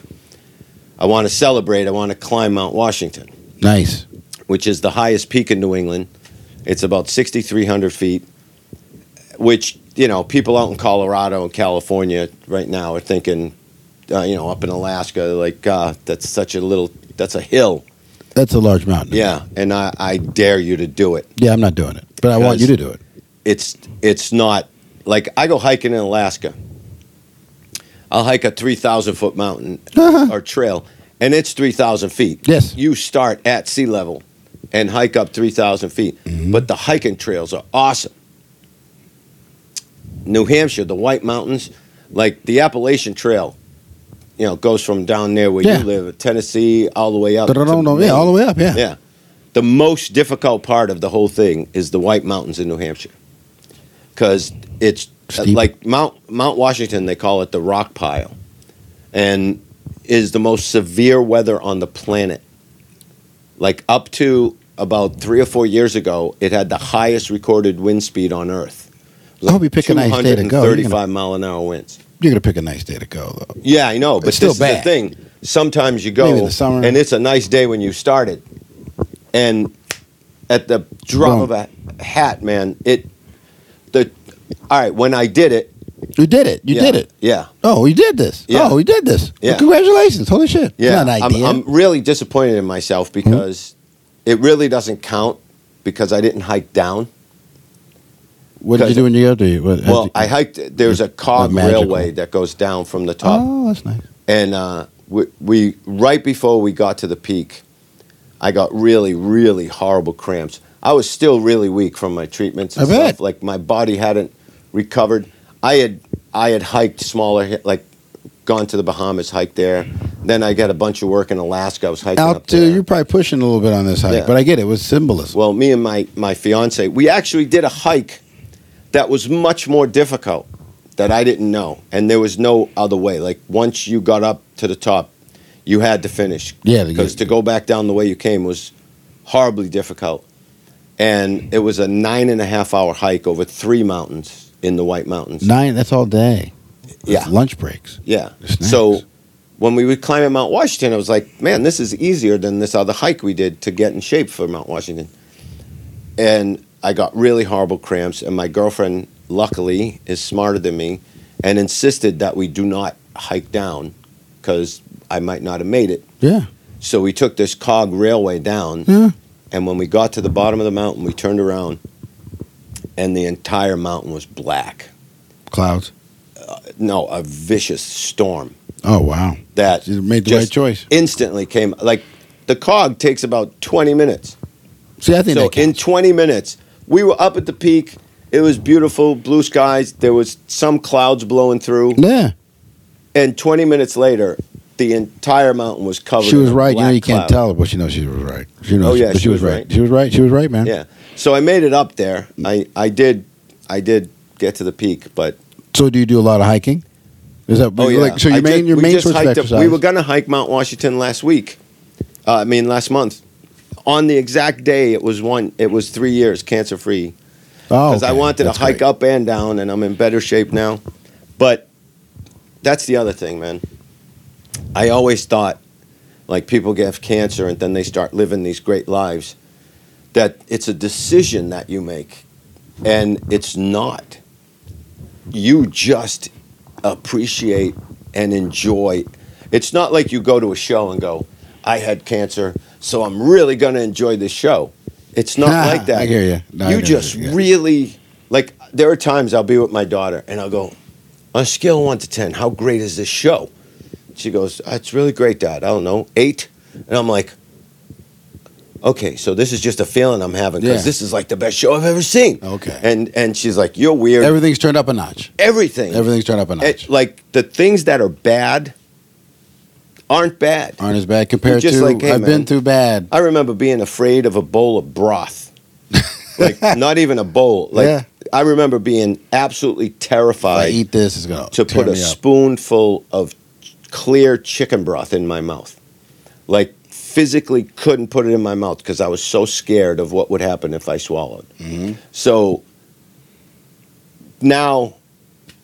[SPEAKER 2] I want to celebrate, I want to climb Mount Washington,
[SPEAKER 1] Nice.
[SPEAKER 2] which is the highest peak in New England. It's about 6,300 feet, which, you know, people out in Colorado and California right now are thinking, uh, you know, up in Alaska, like, uh, that's such a little, that's a hill.
[SPEAKER 1] That's a large mountain.
[SPEAKER 2] Yeah. And I, I dare you to do it.
[SPEAKER 1] Yeah, I'm not doing it, but I want you to do it.
[SPEAKER 2] it's it's not like I go hiking in Alaska. I'll hike a three thousand foot mountain or trail, and it's three thousand feet.
[SPEAKER 1] Uh-huh. Yes.
[SPEAKER 2] you start at sea level and hike up three thousand feet,
[SPEAKER 1] Mm-hmm.
[SPEAKER 2] but the hiking trails are awesome. New Hampshire, the White Mountains, like the Appalachian Trail, you know, goes from down there where
[SPEAKER 1] Yeah.
[SPEAKER 2] you live, Tennessee, all the way up.
[SPEAKER 1] But I don't know. Yeah, all the way up. Yeah.
[SPEAKER 2] Yeah. The most difficult part of the whole thing is the White Mountains in New Hampshire. Because it's uh,
[SPEAKER 1] Steep.
[SPEAKER 2] like Mount, Mount Washington, they call it the rock pile, and is the most severe weather on the planet. Like up to about three or four years ago, it had the highest recorded wind speed on Earth,
[SPEAKER 1] I hope you pick a nice day to go. You're gonna-
[SPEAKER 2] 235 mile an hour winds.
[SPEAKER 1] You're gonna pick a nice day to go though.
[SPEAKER 2] Yeah, I know, but
[SPEAKER 1] It's still
[SPEAKER 2] this is
[SPEAKER 1] bad.
[SPEAKER 2] the thing. Sometimes you go
[SPEAKER 1] Maybe in the summer.
[SPEAKER 2] and it's a nice day when you started, and at the drop
[SPEAKER 1] Boom.
[SPEAKER 2] of a hat, man, it the all right when I did it.
[SPEAKER 1] You did it. You
[SPEAKER 2] yeah,
[SPEAKER 1] did it.
[SPEAKER 2] Yeah,
[SPEAKER 1] Oh, you did this.
[SPEAKER 2] Yeah.
[SPEAKER 1] Oh, you did this. Well,
[SPEAKER 2] Yeah.
[SPEAKER 1] congratulations. Holy shit.
[SPEAKER 2] yeah.
[SPEAKER 1] Not an
[SPEAKER 2] I'm-
[SPEAKER 1] idea. Mm-hmm.
[SPEAKER 2] I'm, really disappointed in myself because it really doesn't count because I didn't hike down.
[SPEAKER 1] what did you do when you go to you? What,
[SPEAKER 2] Well, I hiked. There's a cog
[SPEAKER 1] magical.
[SPEAKER 2] railway that goes down from the top.
[SPEAKER 1] Oh, that's nice.
[SPEAKER 2] and uh, we, we right before we got to the peak, I got really, really horrible cramps. I was still really weak from my treatments and
[SPEAKER 1] I bet.
[SPEAKER 2] stuff. Like my body hadn't recovered. I had I had hiked smaller, hi- like gone to the Bahamas, hiked there. Then I got a bunch of work in Alaska. I was hiking up there.
[SPEAKER 1] Altitude. You're probably pushing a little bit on this hike,
[SPEAKER 2] Yeah.
[SPEAKER 1] but I get it. It was symbolism.
[SPEAKER 2] Well, me and my my fiance, we actually did a hike that was much more difficult that I didn't know, and there was no other way. Like once you got up to the top, you had to finish.
[SPEAKER 1] Yeah, to
[SPEAKER 2] because
[SPEAKER 1] get-
[SPEAKER 2] to go back down the way you came was horribly difficult, and it was a nine and a half hour hike over three mountains in the White Mountains.
[SPEAKER 1] Nine. That's all day. That's
[SPEAKER 2] Yeah.
[SPEAKER 1] Lunch breaks.
[SPEAKER 2] Yeah.
[SPEAKER 1] Snacks.
[SPEAKER 2] So when we were climbing Mount Washington, I was like, man, this is easier than this other hike we did to get in shape for Mount Washington. And I got really horrible cramps, and my girlfriend, luckily, is smarter than me and insisted that we do not hike down because I might not have made it.
[SPEAKER 1] Yeah.
[SPEAKER 2] So we took this cog railway down,
[SPEAKER 1] Yeah.
[SPEAKER 2] and when we got to the bottom of the mountain, we turned around, and the entire mountain was black.
[SPEAKER 1] Clouds.
[SPEAKER 2] No, a vicious storm
[SPEAKER 1] Oh wow.
[SPEAKER 2] that
[SPEAKER 1] You made the
[SPEAKER 2] just
[SPEAKER 1] right choice.
[SPEAKER 2] instantly came like the cog takes about 20 minutes
[SPEAKER 1] See, I think
[SPEAKER 2] so
[SPEAKER 1] that
[SPEAKER 2] in
[SPEAKER 1] counts.
[SPEAKER 2] 20 minutes we were up at the peak it was beautiful blue skies there was some clouds blowing through
[SPEAKER 1] yeah.
[SPEAKER 2] and 20 minutes later the entire mountain was covered
[SPEAKER 1] She was
[SPEAKER 2] in a
[SPEAKER 1] right. You know,
[SPEAKER 2] black
[SPEAKER 1] you can't
[SPEAKER 2] cloud.
[SPEAKER 1] tell her, but she knows she was right. She knows.
[SPEAKER 2] Oh, yeah,
[SPEAKER 1] but she, was, right. She was right. She was right, man.
[SPEAKER 2] yeah so i made it up there i i did i did get to the peak but
[SPEAKER 1] So, do you do a lot of hiking? Is that
[SPEAKER 2] oh yeah
[SPEAKER 1] like so?
[SPEAKER 2] I
[SPEAKER 1] Your main
[SPEAKER 2] did-
[SPEAKER 1] your
[SPEAKER 2] we
[SPEAKER 1] main
[SPEAKER 2] just
[SPEAKER 1] source of
[SPEAKER 2] hiked up-
[SPEAKER 1] exercise.
[SPEAKER 2] we were gonna hike mount washington last week uh, i mean last month on the exact day it was one it was three years cancer free
[SPEAKER 1] oh,
[SPEAKER 2] because I
[SPEAKER 1] okay.
[SPEAKER 2] wanted
[SPEAKER 1] That's
[SPEAKER 2] to hike
[SPEAKER 1] great.
[SPEAKER 2] up and down, and I'm in better shape now. But that's the other thing, man. I always thought, like people get cancer and then they start living these great lives, that it's a decision that you make, and it's not. You just appreciate and enjoy. It's not like you go to a show and go, "I had cancer, so I'm really gonna enjoy this show." It's not like that
[SPEAKER 1] Ah, I hear you. No, I
[SPEAKER 2] you
[SPEAKER 1] know
[SPEAKER 2] just
[SPEAKER 1] you. Yeah.
[SPEAKER 2] really like. There are times I'll be with my daughter and I'll go, on a scale of one to ten, how great is this show? She goes, it's really great, Dad. I don't know, eight, and I'm like, okay, so this is just a feeling I'm having because
[SPEAKER 1] Yeah.
[SPEAKER 2] this is like the best show I've ever seen.
[SPEAKER 1] Okay.
[SPEAKER 2] and and she's like, you're weird.
[SPEAKER 1] Everything's turned up a notch.
[SPEAKER 2] everything,
[SPEAKER 1] Everything's turned up a
[SPEAKER 2] It-
[SPEAKER 1] notch.
[SPEAKER 2] Eh, like the things that are bad aren't bad.
[SPEAKER 1] Aren't as bad compared
[SPEAKER 2] You're just
[SPEAKER 1] to
[SPEAKER 2] like, hey,
[SPEAKER 1] I've
[SPEAKER 2] man.
[SPEAKER 1] been through bad.
[SPEAKER 2] I remember being afraid of a bowl of broth. like not even a bowl. Like
[SPEAKER 1] Yeah.
[SPEAKER 2] I remember being absolutely
[SPEAKER 1] If I
[SPEAKER 2] terrified
[SPEAKER 1] eat this, it's gonna
[SPEAKER 2] to
[SPEAKER 1] tear
[SPEAKER 2] put a
[SPEAKER 1] me up.
[SPEAKER 2] spoonful of clear chicken broth in my mouth. Like physically couldn't put it in my mouth because I was so scared of what would happen if I swallowed.
[SPEAKER 1] Mm-hmm.
[SPEAKER 2] So now,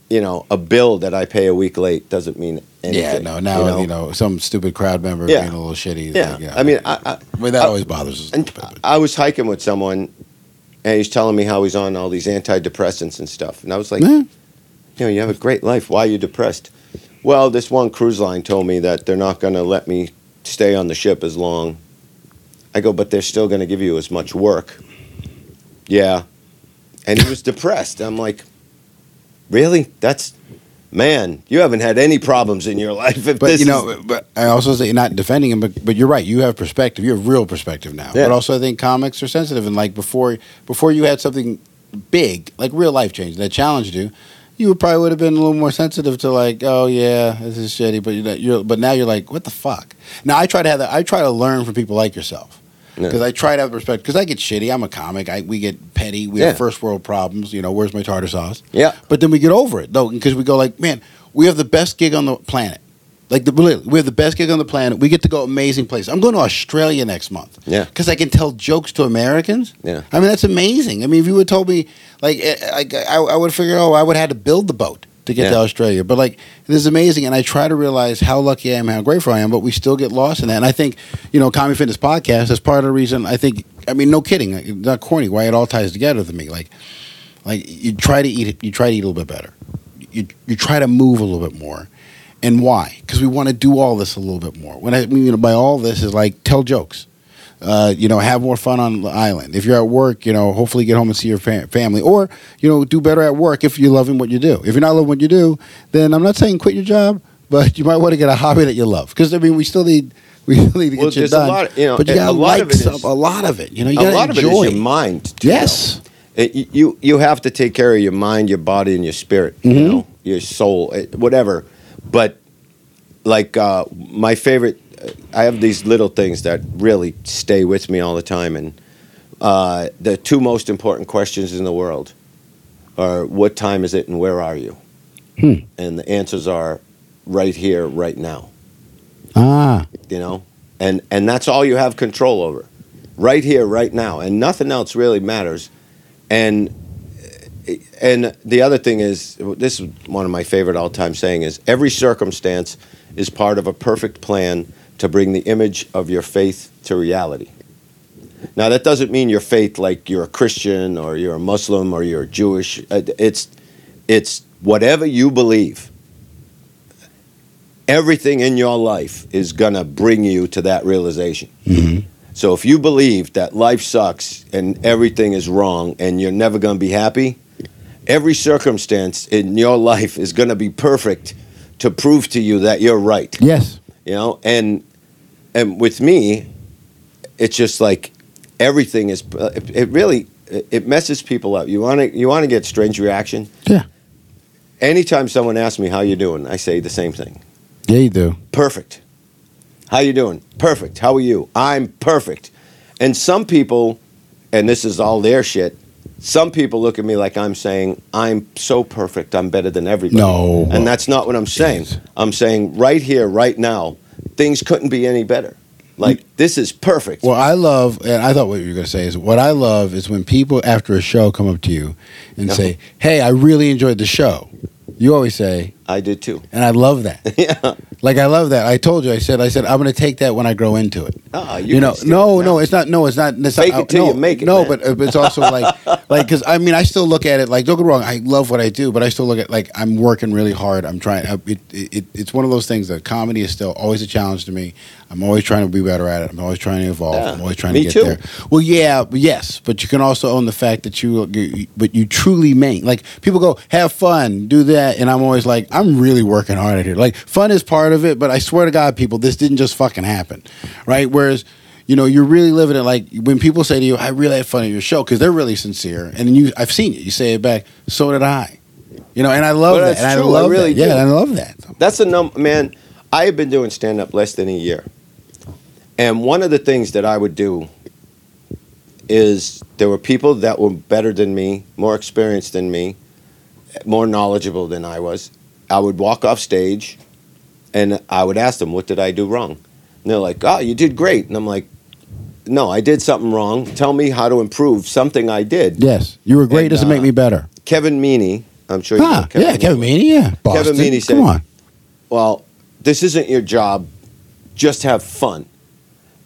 [SPEAKER 2] you know, a bill that I pay a week late doesn't mean anything.
[SPEAKER 1] Yeah, no. Now you know, some stupid crowd member
[SPEAKER 2] Yeah.
[SPEAKER 1] being a little shitty. is
[SPEAKER 2] Yeah.
[SPEAKER 1] like,
[SPEAKER 2] I mean, I, I,
[SPEAKER 1] Well, that
[SPEAKER 2] I-
[SPEAKER 1] always bothers us. a
[SPEAKER 2] And
[SPEAKER 1] little bit, but-
[SPEAKER 2] I was hiking with someone, and he's telling me how he's on all these antidepressants and stuff. And I was like,
[SPEAKER 1] Yeah.
[SPEAKER 2] you know, you have a great life. Why are you depressed? Well, this one cruise line told me that they're not going to let me stay on the ship as long. I go, but they're still going to give you as much work. Yeah. And he was depressed. I'm like, really? That's, man, you haven't had any problems in your life. If
[SPEAKER 1] But
[SPEAKER 2] this
[SPEAKER 1] you
[SPEAKER 2] is-
[SPEAKER 1] know, but I also say not defending him, but but you're right. You have perspective. You have real perspective now.
[SPEAKER 2] Yeah.
[SPEAKER 1] But also, I think comics are sensitive. And like before, before you had something big, like real life change that challenged you, you would probably would have been a little more sensitive to like, oh yeah, this is shitty. But you're, you're but now you're like, what the fuck? Now I try to have that. I try to learn from people like yourself.
[SPEAKER 2] Yeah.
[SPEAKER 1] Because I try to have perspective. Because I get shitty. I'm a comic. I, we get petty. We have
[SPEAKER 2] Yeah.
[SPEAKER 1] first world problems. You know, where's my tartar sauce?
[SPEAKER 2] yeah.
[SPEAKER 1] But then we get over it though, because we go like, man, we have the best gig on the planet. Like the, really, we have the best gig on the planet. We get to go amazing places. I'm going to Australia next month.
[SPEAKER 2] Yeah.
[SPEAKER 1] because I can tell jokes to Americans.
[SPEAKER 2] Yeah.
[SPEAKER 1] I mean that's amazing. I mean, if you would have told me, like, eh, like I, I would figure, oh, I would have had to build the boat to get to
[SPEAKER 2] Yeah.
[SPEAKER 1] Australia. But like, this is amazing, and I try to realize how lucky I am, how grateful I am. But we still get lost in that. And I think, you know, Comedy Fitness podcast is part of the reason. I think, I mean, no kidding, like, not corny. Why it all ties together to me, like like you try to eat you try to eat a little bit better you, you try to move a little bit more and why because we want to do all this a little bit more what i mean by all this is like tell jokes uh, you know have more fun on the island if you're at work you know hopefully get home and see your fa- family or you know do better at work if you're loving what you do if you're not loving what you do then i'm not saying quit your job but you might want to get a hobby that you love because i mean we still need we still need to get
[SPEAKER 2] Well,
[SPEAKER 1] shit
[SPEAKER 2] there's a
[SPEAKER 1] done
[SPEAKER 2] lot- you know,
[SPEAKER 1] but you
[SPEAKER 2] a-
[SPEAKER 1] gotta
[SPEAKER 2] a lot
[SPEAKER 1] like
[SPEAKER 2] of it is-
[SPEAKER 1] some, a lot of it you know you
[SPEAKER 2] a
[SPEAKER 1] gotta
[SPEAKER 2] lot of it
[SPEAKER 1] enjoy
[SPEAKER 2] is your mind. too,
[SPEAKER 1] yes
[SPEAKER 2] though. It- Uh, you you have to take care of your mind, your body, and your spirit. You know, your soul, eh, whatever. But like uh, my favorite, eh, I have these little things that really stay with me all the time. And uh, the two most important questions in the world are: What time is it, and where are you? And the answers are right here, right now
[SPEAKER 1] ah
[SPEAKER 2] you know and and that's all you have control over right here right now and nothing else really matters and and the other thing is this is one of my favorite all-time saying is every circumstance is part of a perfect plan to bring the image of your faith to reality now that doesn't mean your faith like you're a christian or you're a muslim or you're jewish Uh, it's it's whatever you believe everything in your life is going to bring you to that realization.
[SPEAKER 1] Mm-hmm.
[SPEAKER 2] So if you believe that life sucks and everything is wrong and you're never going to be happy, every circumstance in your life is going to be perfect to prove to you that you're right.
[SPEAKER 1] yes
[SPEAKER 2] You know, and and with me, it's just like everything is. It, it really it it messes people up. You want to you want to get strange reaction.
[SPEAKER 1] yeah
[SPEAKER 2] Anytime someone asks me how you doing, I say the same thing.
[SPEAKER 1] Yeah, you do.
[SPEAKER 2] perfect. How you doing? Perfect. How are you? I'm perfect. And some people, and this is all their shit. Some people look at me like I'm saying I'm so perfect. I'm better than everybody.
[SPEAKER 1] No.
[SPEAKER 2] and that's not what I'm saying.
[SPEAKER 1] Jeez.
[SPEAKER 2] I'm saying right here, right now, things couldn't be any better. Like this is perfect.
[SPEAKER 1] Mm. Well, I love, and I thought what you were going to say is what I love is when people after a show come up to you and
[SPEAKER 2] No.
[SPEAKER 1] say, "Hey, I really enjoyed the show." You always say,
[SPEAKER 2] I did too.
[SPEAKER 1] and I love that.
[SPEAKER 2] yeah.
[SPEAKER 1] like I love that. I told you, I said, I said, I'm going to take that when I grow into it.
[SPEAKER 2] Ah,
[SPEAKER 1] You,
[SPEAKER 2] can
[SPEAKER 1] know,
[SPEAKER 2] still-
[SPEAKER 1] no, no, it's not, no, it's not. It's
[SPEAKER 2] Fake
[SPEAKER 1] not,
[SPEAKER 2] it till
[SPEAKER 1] no,
[SPEAKER 2] you make it,
[SPEAKER 1] No,
[SPEAKER 2] man.
[SPEAKER 1] but uh, but it's also like, like, because I mean, I still look at it like, don't get me wrong, I love what I do, but I still look at like I'm working really hard. I'm trying. I, it, it, it's one of those things that comedy is still always a challenge to me. I'm always trying to be better at it. I'm always trying to evolve.
[SPEAKER 2] Yeah,
[SPEAKER 1] I'm always trying to
[SPEAKER 2] me
[SPEAKER 1] get
[SPEAKER 2] too.
[SPEAKER 1] there. Well, yeah, but yes, but you can also own the fact that you, you, but you truly mean like people go have fun, do that, and I'm always like, I'm really working hard at here. Like fun is part of it, but I swear to God, people, this didn't just fucking happen, right? Whereas. You know, you're really living it. Like when people say to you, "I really had fun at your show," because they're really sincere, and you, I've seen it. You say it back. So did I. You know, and I love
[SPEAKER 2] Well,
[SPEAKER 1] that.
[SPEAKER 2] that's
[SPEAKER 1] and
[SPEAKER 2] true.
[SPEAKER 1] I
[SPEAKER 2] I
[SPEAKER 1] love
[SPEAKER 2] really
[SPEAKER 1] that. Yeah,
[SPEAKER 2] do.
[SPEAKER 1] and I love that.
[SPEAKER 2] That's a number, man. I have been doing stand up less than a year. And one of the things that I would do is there were people that were better than me, more experienced than me, more knowledgeable than I was. I would walk off stage and I would ask them, What did I do wrong? And they're like, Oh, you did great. And I'm like, No, I did something wrong. Tell me how to improve something I did.
[SPEAKER 1] Yes, you were great.
[SPEAKER 2] And,
[SPEAKER 1] doesn't make me
[SPEAKER 2] uh,
[SPEAKER 1] better.
[SPEAKER 2] Kevin Meaney, I'm sure you know
[SPEAKER 1] Huh, Ah, yeah, Kevin Meaney. Yeah, Boston.
[SPEAKER 2] Meaney said-
[SPEAKER 1] Come on.
[SPEAKER 2] well, this isn't your job. Just have fun.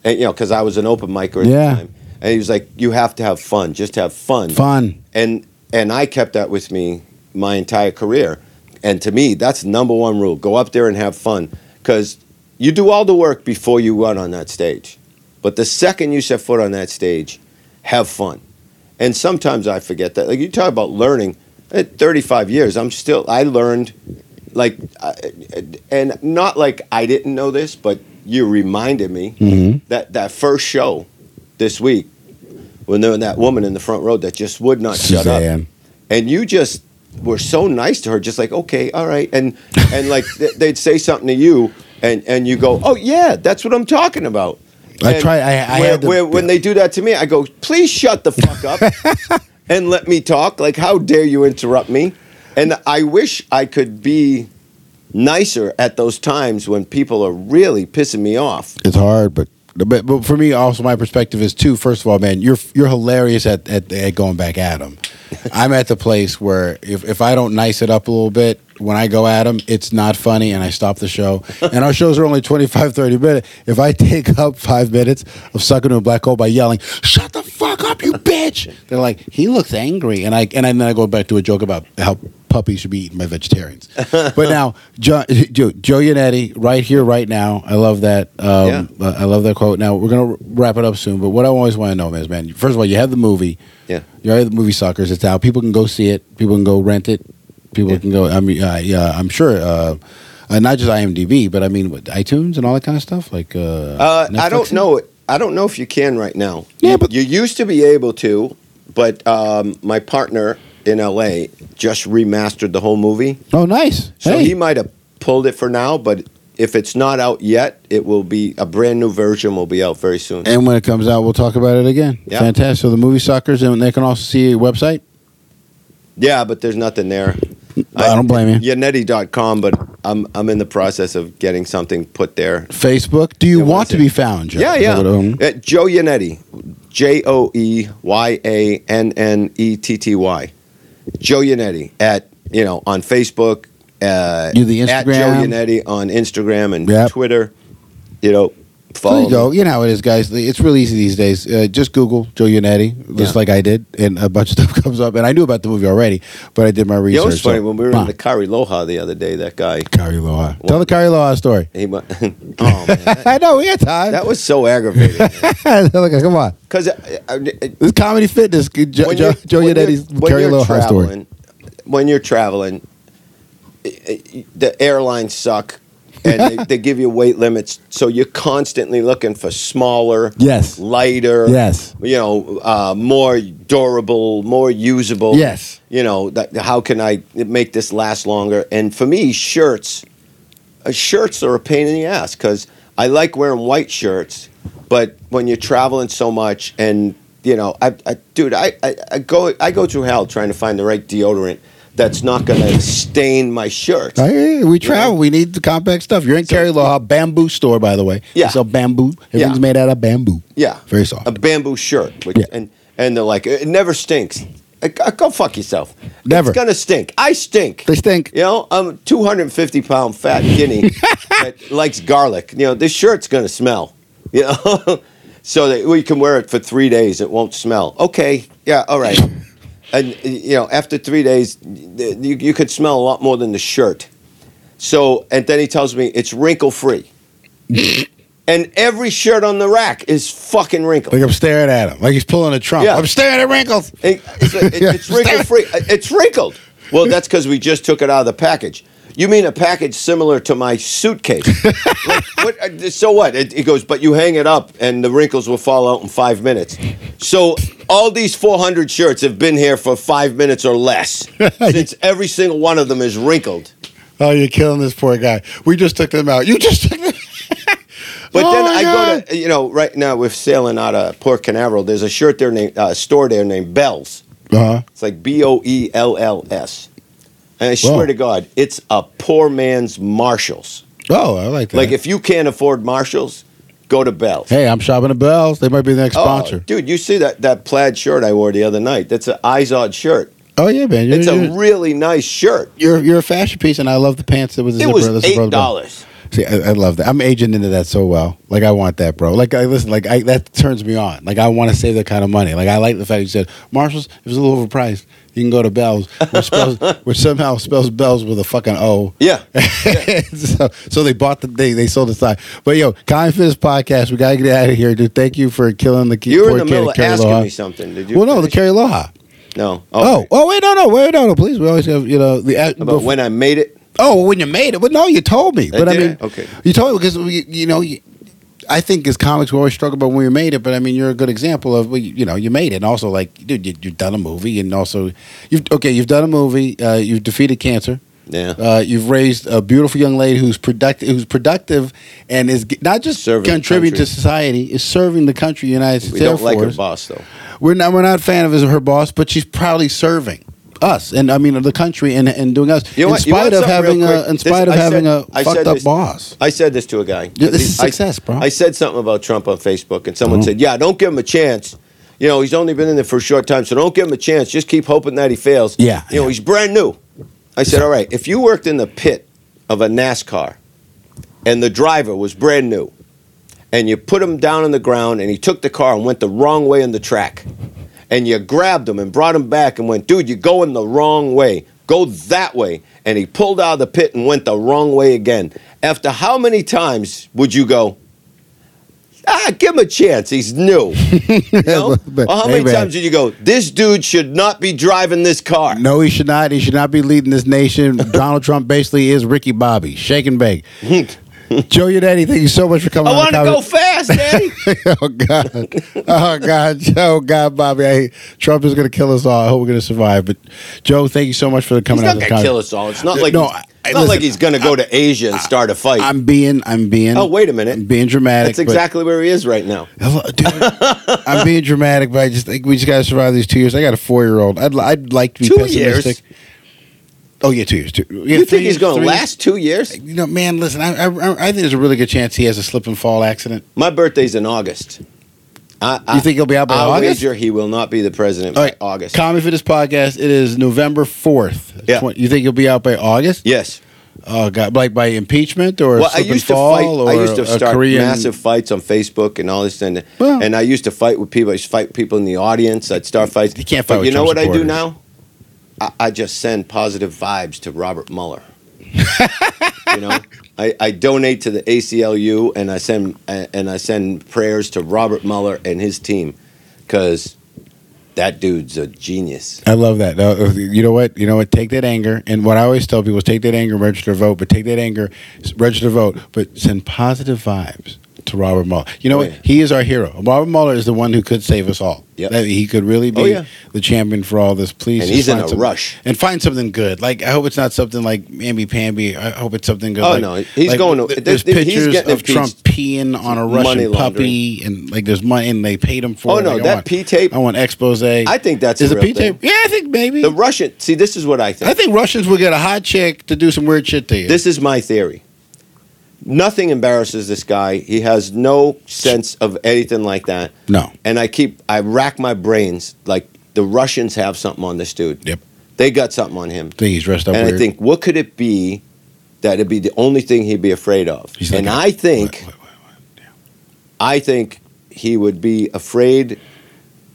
[SPEAKER 2] And, you know, because I was an open micer at
[SPEAKER 1] Yeah.
[SPEAKER 2] the time. And he was like, you have to have fun. Just have fun.
[SPEAKER 1] Fun.
[SPEAKER 2] And, and I kept that with me my entire career. And to me, that's number one rule. Go up there and have fun. Because you do all the work before you run on that stage. But the second you set foot on that stage, have fun. And sometimes I forget that. Like you talk about learning. At 35 years, I'm still, I learned like uh, and not like I didn't know this, but you reminded me that that first show this week when there was that woman in the front row that just would not shut up,
[SPEAKER 1] Suzanne.
[SPEAKER 2] and you just were so nice to her, just like okay, all right, and and like th- they'd say something to you, and and you go, oh yeah, that's what I'm talking about.
[SPEAKER 1] I
[SPEAKER 2] And
[SPEAKER 1] try- I- I
[SPEAKER 2] where,
[SPEAKER 1] had to-
[SPEAKER 2] where, when they do that to me, I go, please shut the fuck up and let me talk. Like, how dare you interrupt me? And I wish I could be nicer at those times when people are really pissing me off.
[SPEAKER 1] It's hard, but. But, but for me, also my perspective is too. First of all, man, you're you're hilarious at, at, at going back at him. I'm at the place where if, if I don't nice it up a little bit when I go at him, it's not funny, and I stop the show. And our shows are only 25, 30 minutes. If I take up five minutes of sucking to a black hole by yelling, "Shut the fuck up, you bitch!" They're like, "He looks angry," and I and then I go back to a joke about how puppies should be eaten by vegetarians. but now, Joe, Joe, Joe Yannetti, right here, right now. I love that. Um,
[SPEAKER 2] Yeah.
[SPEAKER 1] I love that quote. Now we're gonna wrap it up soon. But what I always want to know is, man, first of all, you have the movie.
[SPEAKER 2] Yeah.
[SPEAKER 1] You already have the movie suckers. It's out. People can go see it. People can go rent it. People
[SPEAKER 2] Yeah.
[SPEAKER 1] can go. I mean, uh, yeah, I'm sure. Uh, uh, not just IMDb, but I mean what, iTunes and all that kind of stuff. Like, uh,
[SPEAKER 2] Uh, I
[SPEAKER 1] Netflix
[SPEAKER 2] don't
[SPEAKER 1] and-
[SPEAKER 2] know. I don't know if you can right now.
[SPEAKER 1] Yeah,
[SPEAKER 2] You-
[SPEAKER 1] but-
[SPEAKER 2] you used to be able to, but um, my partner in LA just remastered the whole movie,
[SPEAKER 1] Oh, nice.
[SPEAKER 2] so
[SPEAKER 1] hey,
[SPEAKER 2] he might have pulled it for now. But if it's not out yet, it will be a brand new version. Will be out very soon.
[SPEAKER 1] and when it comes out, we'll talk about it again.
[SPEAKER 2] Yeah.
[SPEAKER 1] Fantastic. So the movie suckers, and they can also see a website.
[SPEAKER 2] yeah, but there's nothing there.
[SPEAKER 1] I don't blame you.
[SPEAKER 2] Yannetti.com, but I'm I'm in the process of getting something put there.
[SPEAKER 1] Facebook. Do you
[SPEAKER 2] Yeah, what
[SPEAKER 1] want
[SPEAKER 2] is
[SPEAKER 1] to
[SPEAKER 2] it?
[SPEAKER 1] be found? Joe?
[SPEAKER 2] Yeah,
[SPEAKER 1] Is that what, um,
[SPEAKER 2] yeah. Uh, Joe Yannetti. J O E Y A N N E T T Y. Joe Yannetti at, you know, on Facebook. Uh,
[SPEAKER 1] Do the
[SPEAKER 2] At Joe
[SPEAKER 1] Instagram.
[SPEAKER 2] Yannetti on Instagram and
[SPEAKER 1] Yep.
[SPEAKER 2] Twitter. You know, follow.
[SPEAKER 1] There you go.
[SPEAKER 2] me.
[SPEAKER 1] You know how it is, guys. It's really easy these days. Uh, just Google Joe Yannetti, just
[SPEAKER 2] Yeah.
[SPEAKER 1] like I did, and a bunch of stuff comes up. And I knew about the movie already, but I did my research.
[SPEAKER 2] You know, it's funny
[SPEAKER 1] so-
[SPEAKER 2] when we were
[SPEAKER 1] Bah.
[SPEAKER 2] in the Kari Loha the other day, that guy,
[SPEAKER 1] Kari Loha. Tell the Kari Loha story.
[SPEAKER 2] he went, oh, man, that,
[SPEAKER 1] I know we got time.
[SPEAKER 2] that was so aggravating. uh,
[SPEAKER 1] Look, come on.
[SPEAKER 2] Because I, I,
[SPEAKER 1] This is comedy fitness. Good Jo-
[SPEAKER 2] When
[SPEAKER 1] Jo-
[SPEAKER 2] you're-
[SPEAKER 1] Joe
[SPEAKER 2] when you're-
[SPEAKER 1] Yannetti's
[SPEAKER 2] when
[SPEAKER 1] Kari
[SPEAKER 2] you're
[SPEAKER 1] Loha story.
[SPEAKER 2] traveling- When you're traveling, i- i- the airlines suck, and they, they give you weight limits, so you're constantly looking for smaller,
[SPEAKER 1] Yes.
[SPEAKER 2] lighter,
[SPEAKER 1] Yes.
[SPEAKER 2] you know, uh, more durable, more usable,
[SPEAKER 1] Yes.
[SPEAKER 2] you know, that, how can I make this last longer? And for me, shirts, uh, shirts are a pain in the ass because I like wearing white shirts, but when you're traveling so much and you know, I, I dude, I, I, I go I go through hell trying to find the right deodorant that's not gonna stain my shirt.
[SPEAKER 1] I hear you. we travel. We need the compact stuff. You're in
[SPEAKER 2] So-
[SPEAKER 1] Kari Loha bamboo store, by the way.
[SPEAKER 2] Yeah.
[SPEAKER 1] They sell bamboo. Everything's made out of bamboo.
[SPEAKER 2] Yeah,
[SPEAKER 1] Very soft.
[SPEAKER 2] a bamboo shirt, which,
[SPEAKER 1] Yeah.
[SPEAKER 2] and and they're like, it never stinks. Like, uh, go fuck yourself.
[SPEAKER 1] Never.
[SPEAKER 2] It's gonna stink. I stink.
[SPEAKER 1] They stink.
[SPEAKER 2] You know, I'm a 250 pound fat guinea that likes garlic. You know, this shirt's going to smell. You know, so that we can wear it for three days. It won't smell. Okay. Yeah. All right. And, you know, after three days, th- you, you could smell a lot more than the shirt. So, and then he tells me it's wrinkle free. and every shirt on the rack is fucking wrinkled.
[SPEAKER 1] Like I'm staring at him. Like he's pulling a trump.
[SPEAKER 2] Yeah.
[SPEAKER 1] I'm staring at wrinkles.
[SPEAKER 2] It- it's, it-
[SPEAKER 1] Yeah.
[SPEAKER 2] it's wrinkle free. It's wrinkled. Well, that's because we just took it out of the package. You mean a package similar to my suitcase? Like, what, uh, so what? It, it goes, but you hang it up, and the wrinkles will fall out in five minutes. So all these 400 shirts have been here for five minutes or less, since every single one of them is wrinkled.
[SPEAKER 1] Oh, you're killing this poor guy. We just took them out. You just took them.
[SPEAKER 2] But
[SPEAKER 1] Oh
[SPEAKER 2] then
[SPEAKER 1] my
[SPEAKER 2] I
[SPEAKER 1] God.
[SPEAKER 2] go to you know right now we're sailing out of Port Canaveral. There's a shirt there named uh, store there named Bell's.
[SPEAKER 1] Uh-huh.
[SPEAKER 2] It's like B O E L L S. And I swear
[SPEAKER 1] Wow.
[SPEAKER 2] to God, it's a poor man's Marshalls.
[SPEAKER 1] Oh, I like that.
[SPEAKER 2] Like if you can't afford Marshalls, go to Bell's.
[SPEAKER 1] hey, I'm shopping at Bell's. They might be the next
[SPEAKER 2] Oh,
[SPEAKER 1] sponsor.
[SPEAKER 2] dude, you see that, that plaid shirt I wore the other night? That's an Izod shirt.
[SPEAKER 1] Oh yeah, man. You're,
[SPEAKER 2] It's a
[SPEAKER 1] you're,
[SPEAKER 2] really nice shirt.
[SPEAKER 1] you're you're a fashion piece, and I love the pants that was. The
[SPEAKER 2] It
[SPEAKER 1] zipper,
[SPEAKER 2] was
[SPEAKER 1] the zipper on the bottom.
[SPEAKER 2] eight dollars.
[SPEAKER 1] See, I, I love that. I'm aging into that so well. Like I want that, bro. Like I listen. Like I, that turns me on. Like I want to save that kind of money. Like I like the fact you said Marshalls. If it's a little overpriced, you can go to Bell's, which, spells, which somehow spells Bell's with a fucking O.
[SPEAKER 2] Yeah.
[SPEAKER 1] so, so they bought the they they sold the side. But yo, Colin Fitness podcast. We gotta get out of here, dude. Thank you for killing the key.
[SPEAKER 2] You were
[SPEAKER 1] poor
[SPEAKER 2] in the
[SPEAKER 1] kid
[SPEAKER 2] middle of
[SPEAKER 1] Kerry
[SPEAKER 2] asking
[SPEAKER 1] Loha.
[SPEAKER 2] me something. Did you?
[SPEAKER 1] Well, no, the
[SPEAKER 2] finish?
[SPEAKER 1] Kerry Loha.
[SPEAKER 2] No.
[SPEAKER 1] Oh,
[SPEAKER 2] okay.
[SPEAKER 1] oh, wait, no, no, wait, no, no, please. We always have, you know, the uh,
[SPEAKER 2] About when I made it.
[SPEAKER 1] Oh, well, when you made it, but no, you told me. But I,
[SPEAKER 2] did
[SPEAKER 1] mean,
[SPEAKER 2] it? Okay.
[SPEAKER 1] you told me because we, you know, you, I think as comics we always struggle about when we made it. But I mean, you're a good example of well, you, you know you made it, and also like, dude, you, you've done a movie, and also you've okay, you've done a movie, uh, you've defeated cancer.
[SPEAKER 2] Yeah.
[SPEAKER 1] Uh, you've raised a beautiful young lady who's productive, who's productive, and is g- not just
[SPEAKER 2] Serving the
[SPEAKER 1] contributing to
[SPEAKER 2] country.
[SPEAKER 1] society, is serving the country, United States
[SPEAKER 2] we
[SPEAKER 1] Air
[SPEAKER 2] don't like her
[SPEAKER 1] Force.
[SPEAKER 2] boss though.
[SPEAKER 1] We're not we're not a fan of his her boss, but she's proudly serving. us, and I mean the country, and, and doing us,
[SPEAKER 2] You know
[SPEAKER 1] in
[SPEAKER 2] what- you know
[SPEAKER 1] spite
[SPEAKER 2] what,
[SPEAKER 1] of
[SPEAKER 2] something
[SPEAKER 1] having
[SPEAKER 2] real
[SPEAKER 1] a
[SPEAKER 2] quick?
[SPEAKER 1] in spite
[SPEAKER 2] This-
[SPEAKER 1] of
[SPEAKER 2] I
[SPEAKER 1] having
[SPEAKER 2] said- I
[SPEAKER 1] a
[SPEAKER 2] said
[SPEAKER 1] fucked up
[SPEAKER 2] this-
[SPEAKER 1] boss.
[SPEAKER 2] I said this to a guy.
[SPEAKER 1] Yeah, this is
[SPEAKER 2] I-
[SPEAKER 1] success, bro. Mm-hmm.
[SPEAKER 2] I said something about Trump on Facebook, and someone said, "Yeah, don't give him a chance." You know, he's only been in there for a short time, so don't give him a chance. Just keep hoping that he fails.
[SPEAKER 1] Yeah,
[SPEAKER 2] You know,
[SPEAKER 1] yeah.
[SPEAKER 2] he's brand new. I said, "All right, if you worked in the pit of a NASCAR and the driver was brand new, and you put him down on the ground and he took the car and went the wrong way on the track, and you grabbed him and brought him back and went, dude, you're going the wrong way. Go that way. And he pulled out of the pit and went the wrong way again. After how many times would you go, ah, give him a chance. He's new. You know?
[SPEAKER 1] But-
[SPEAKER 2] or how
[SPEAKER 1] hey,
[SPEAKER 2] many
[SPEAKER 1] man.
[SPEAKER 2] times did you go, this dude should not be driving this car?
[SPEAKER 1] No, he should not. He should not be leading this nation. Donald Trump basically is Ricky Bobby, shake and bake. Joe, you daddy, thank you so much for coming.
[SPEAKER 2] I
[SPEAKER 1] on
[SPEAKER 2] want
[SPEAKER 1] the
[SPEAKER 2] to
[SPEAKER 1] Comedy-
[SPEAKER 2] go fast, Daddy.
[SPEAKER 1] oh God! Oh God! Oh God, Bobby! I, Trump is going to kill us all. I hope we're going to survive. But Joe, thank you so much for coming
[SPEAKER 2] He's
[SPEAKER 1] out. of
[SPEAKER 2] not
[SPEAKER 1] the
[SPEAKER 2] going to
[SPEAKER 1] con-
[SPEAKER 2] kill us all. It's not like,
[SPEAKER 1] No,
[SPEAKER 2] he's,
[SPEAKER 1] I-
[SPEAKER 2] it's not
[SPEAKER 1] listen,
[SPEAKER 2] like he's going to go to Asia and start a fight.
[SPEAKER 1] I'm being. I'm being.
[SPEAKER 2] Oh, wait a minute.
[SPEAKER 1] I'm being dramatic.
[SPEAKER 2] That's exactly where he is right now.
[SPEAKER 1] But, Hello, dude, I'm being dramatic, but I just think we just got to survive these two years. I got a four year old. I'd, li- I'd like to be
[SPEAKER 2] Two years?
[SPEAKER 1] pessimistic. Oh yeah, two years. Two, yeah,
[SPEAKER 2] You
[SPEAKER 1] three
[SPEAKER 2] think
[SPEAKER 1] years,
[SPEAKER 2] he's going
[SPEAKER 1] three
[SPEAKER 2] to
[SPEAKER 1] years.
[SPEAKER 2] last two years?
[SPEAKER 1] You know, man. Listen, I, I, I think there's a really good chance he has a slip and fall accident.
[SPEAKER 2] My birthday's in August. I, I,
[SPEAKER 1] You think he'll be out by
[SPEAKER 2] I'll
[SPEAKER 1] August?
[SPEAKER 2] wager he will not be the president
[SPEAKER 1] All
[SPEAKER 2] by
[SPEAKER 1] right,
[SPEAKER 2] August.
[SPEAKER 1] Comedy Fitness podcast. It is November fourth.
[SPEAKER 2] Yeah.
[SPEAKER 1] you think you'll be out by August?
[SPEAKER 2] yes.
[SPEAKER 1] Oh God, like by impeachment or
[SPEAKER 2] Well, I
[SPEAKER 1] slip and
[SPEAKER 2] used to
[SPEAKER 1] fall
[SPEAKER 2] fight.
[SPEAKER 1] or
[SPEAKER 2] I used to
[SPEAKER 1] a
[SPEAKER 2] start
[SPEAKER 1] Korean-
[SPEAKER 2] massive fights on Facebook and all this and
[SPEAKER 1] Well-
[SPEAKER 2] and I used to fight with people. I used to fight people in the audience. I'd start fights.
[SPEAKER 1] You can't
[SPEAKER 2] But
[SPEAKER 1] fight with
[SPEAKER 2] you know
[SPEAKER 1] Trump
[SPEAKER 2] what I do
[SPEAKER 1] supporters.
[SPEAKER 2] now? I, I just send positive vibes to Robert Mueller. you know, I, I donate to the ACLU and I send and I send prayers to Robert Mueller and his team because that dude's a genius.
[SPEAKER 1] I love that. Uh, You know what? You know what? Take that anger, and what I always tell people is take that anger, and register to vote. But take that anger, s- register to vote. But send positive vibes to Robert Mueller. You know
[SPEAKER 2] Oh,
[SPEAKER 1] what?
[SPEAKER 2] yeah.
[SPEAKER 1] He is our hero. Robert Mueller is the one who could save us all.
[SPEAKER 2] Yep.
[SPEAKER 1] That- he could really be
[SPEAKER 2] Oh, yeah.
[SPEAKER 1] the champion for all this. Please,
[SPEAKER 2] And
[SPEAKER 1] just
[SPEAKER 2] he's in
[SPEAKER 1] find
[SPEAKER 2] a
[SPEAKER 1] some-
[SPEAKER 2] rush.
[SPEAKER 1] and find something good. Like I hope it's not something like mamby pamby. I hope it's something good.
[SPEAKER 2] Oh,
[SPEAKER 1] like-
[SPEAKER 2] no. He's
[SPEAKER 1] like,
[SPEAKER 2] going to-
[SPEAKER 1] th- There's
[SPEAKER 2] th- th- he's
[SPEAKER 1] pictures
[SPEAKER 2] getting
[SPEAKER 1] of Trump peeing on a
[SPEAKER 2] Money
[SPEAKER 1] Russian
[SPEAKER 2] laundering.
[SPEAKER 1] puppy, and like there's money, and they paid him for.
[SPEAKER 2] Oh,
[SPEAKER 1] it.
[SPEAKER 2] no,
[SPEAKER 1] Like, I
[SPEAKER 2] that
[SPEAKER 1] want-
[SPEAKER 2] pee tape-
[SPEAKER 1] I want expose. I
[SPEAKER 2] think that's a
[SPEAKER 1] is
[SPEAKER 2] real
[SPEAKER 1] pee tape. Yeah, I think maybe
[SPEAKER 2] The Russian. See, this is what I think.
[SPEAKER 1] I think Russians will get a hot chick to do some weird shit to you.
[SPEAKER 2] This is my theory. Nothing embarrasses this guy. He has no sense of anything like that.
[SPEAKER 1] no.
[SPEAKER 2] And I keep I rack my brains like the Russians have something on this dude.
[SPEAKER 1] Yep.
[SPEAKER 2] They got something on him.
[SPEAKER 1] I think he's dressed up
[SPEAKER 2] and
[SPEAKER 1] weird.
[SPEAKER 2] I think what could it be that it'd be the only thing he'd be afraid of?
[SPEAKER 1] He's
[SPEAKER 2] and
[SPEAKER 1] like a-
[SPEAKER 2] I think
[SPEAKER 1] What- what- what-
[SPEAKER 2] I think he would be afraid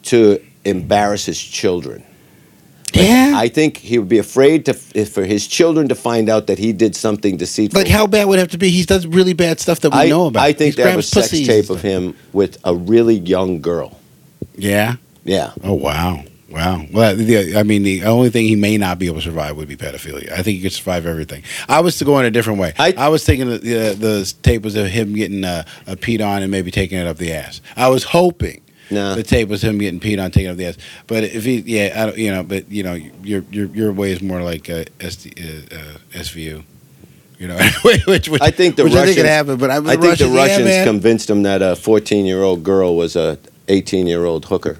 [SPEAKER 2] to embarrass his children.
[SPEAKER 1] what- yeah.
[SPEAKER 2] I think he would be afraid to if for his children to find out that he did something deceitful.
[SPEAKER 1] like how bad would it have to be? He does really bad stuff that we
[SPEAKER 2] I,
[SPEAKER 1] know about.
[SPEAKER 2] I think
[SPEAKER 1] He
[SPEAKER 2] there was
[SPEAKER 1] grabs
[SPEAKER 2] sex
[SPEAKER 1] pussies.
[SPEAKER 2] tape of him with a really young girl.
[SPEAKER 1] Yeah.
[SPEAKER 2] Yeah.
[SPEAKER 1] Oh wow. Wow. Well, the, I mean, the only thing he may not be able to survive would be pedophilia. I think he could survive everything. I was going a different way. I,
[SPEAKER 2] I-
[SPEAKER 1] was thinking that the, the tape was of him getting uh, a peed on and maybe taking it up the ass. I was hoping
[SPEAKER 2] No.
[SPEAKER 1] the tape was him getting peed on, taking up the ass. But if he, yeah, I don't, you know, but you know, your your your way is more like uh, SD, uh, uh, SVU. You know, which, which
[SPEAKER 2] I think the
[SPEAKER 1] which I think it
[SPEAKER 2] Russians-
[SPEAKER 1] happened, but I,
[SPEAKER 2] I think the
[SPEAKER 1] yeah,
[SPEAKER 2] Russians
[SPEAKER 1] man.
[SPEAKER 2] convinced him that a 14 year old girl was a 18 year old hooker.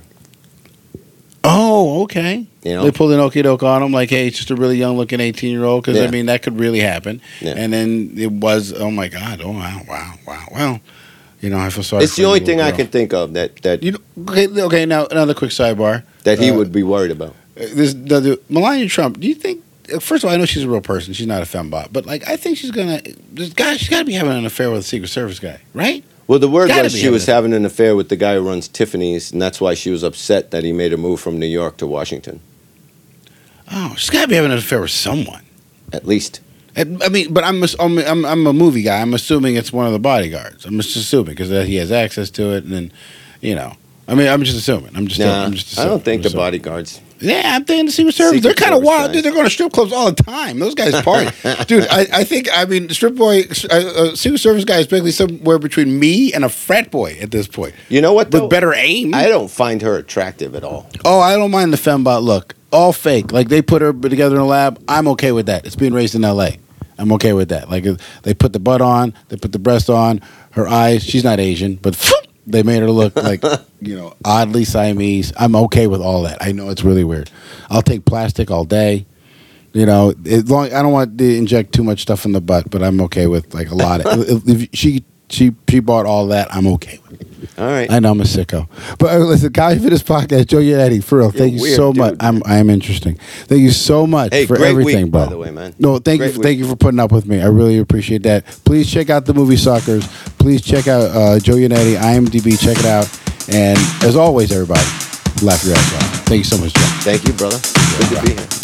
[SPEAKER 1] Oh, okay.
[SPEAKER 2] You know?
[SPEAKER 1] They pulled an okey doke on him, like, hey, it's just a really young looking 18 year old, because I
[SPEAKER 2] Yeah.
[SPEAKER 1] mean, that could really happen.
[SPEAKER 2] Yeah.
[SPEAKER 1] And then it was, oh my God, oh wow, wow, wow, wow. You know, I feel sorry.
[SPEAKER 2] It's
[SPEAKER 1] for
[SPEAKER 2] the only
[SPEAKER 1] you,
[SPEAKER 2] thing I
[SPEAKER 1] girl.
[SPEAKER 2] can think of that that
[SPEAKER 1] You know, okay, okay, now another quick sidebar.
[SPEAKER 2] that he
[SPEAKER 1] Uh,
[SPEAKER 2] would be worried about.
[SPEAKER 1] Uh, This the, the Melania Trump. Do you think? uh, First of all, I know she's a real person. She's not a fembot, but like, I think she's gonna. This guy, she's got to be having an affair with a Secret Service guy, right?
[SPEAKER 2] Well, the word
[SPEAKER 1] Gotta
[SPEAKER 2] was
[SPEAKER 1] be
[SPEAKER 2] she was
[SPEAKER 1] innocent.
[SPEAKER 2] having an affair with the guy who runs Tiffany's, and that's why she was upset that he made a move from New York to Washington.
[SPEAKER 1] Oh, she's got to be having an affair with someone.
[SPEAKER 2] At least
[SPEAKER 1] I I mean, but I'm, ass- I'm I'm I'm a movie guy. I'm assuming it's one of the bodyguards. I'm just assuming because he has access to it, and then, you know, I mean, I'm just assuming. I'm just.
[SPEAKER 2] nah,
[SPEAKER 1] I'm just
[SPEAKER 2] I
[SPEAKER 1] assuming.
[SPEAKER 2] don't think
[SPEAKER 1] I'm
[SPEAKER 2] the
[SPEAKER 1] assuming.
[SPEAKER 2] bodyguards.
[SPEAKER 1] Yeah, I'm thinking the Secret Service.
[SPEAKER 2] Secret
[SPEAKER 1] They're kind of
[SPEAKER 2] Service
[SPEAKER 1] wild,
[SPEAKER 2] guy.
[SPEAKER 1] dude. They're going to strip clubs all the time. Those guys party, dude. I, I think I mean, strip boy, uh, uh, Secret Service guy is basically somewhere between me and a frat boy at this point,
[SPEAKER 2] You know what?
[SPEAKER 1] with
[SPEAKER 2] Though?
[SPEAKER 1] better aim.
[SPEAKER 2] I don't find her attractive at all.
[SPEAKER 1] oh, I don't mind the fembot look. All fake. Like they put her together in a lab. I'm okay with that. It's being raised in L.A. I'm okay uh, with that. Like they put the butt on, they put the breast on, her eyes. She's not Asian, but They made her look like, you know, oddly Siamese. I'm okay with all that. I know it's really weird. I'll take plastic all day. You know, as long I don't want to inject too much stuff in the butt, but I'm okay with like a lot of. if, if she she she bought all that, I'm okay with. it.
[SPEAKER 2] All right.
[SPEAKER 1] I know I'm a sicko, but uh, listen, Guy for this podcast, Joe Yannetti, for real. Thank you
[SPEAKER 2] weird
[SPEAKER 1] so
[SPEAKER 2] dude,
[SPEAKER 1] much. I'm I am interesting. Thank you so much
[SPEAKER 2] Hey,
[SPEAKER 1] for
[SPEAKER 2] great
[SPEAKER 1] everything,
[SPEAKER 2] week,
[SPEAKER 1] bro.
[SPEAKER 2] by the way, man.
[SPEAKER 1] No, thank
[SPEAKER 2] Great
[SPEAKER 1] you,
[SPEAKER 2] week.
[SPEAKER 1] thank you for putting up with me. I really appreciate that. Please check out the movie Suckers. Please check out uh, Joe Yannetti, IMDb. Check it out, and as always, everybody, laugh your ass off. Thank you so much, Joe.
[SPEAKER 2] Thank you, brother. Good to be here.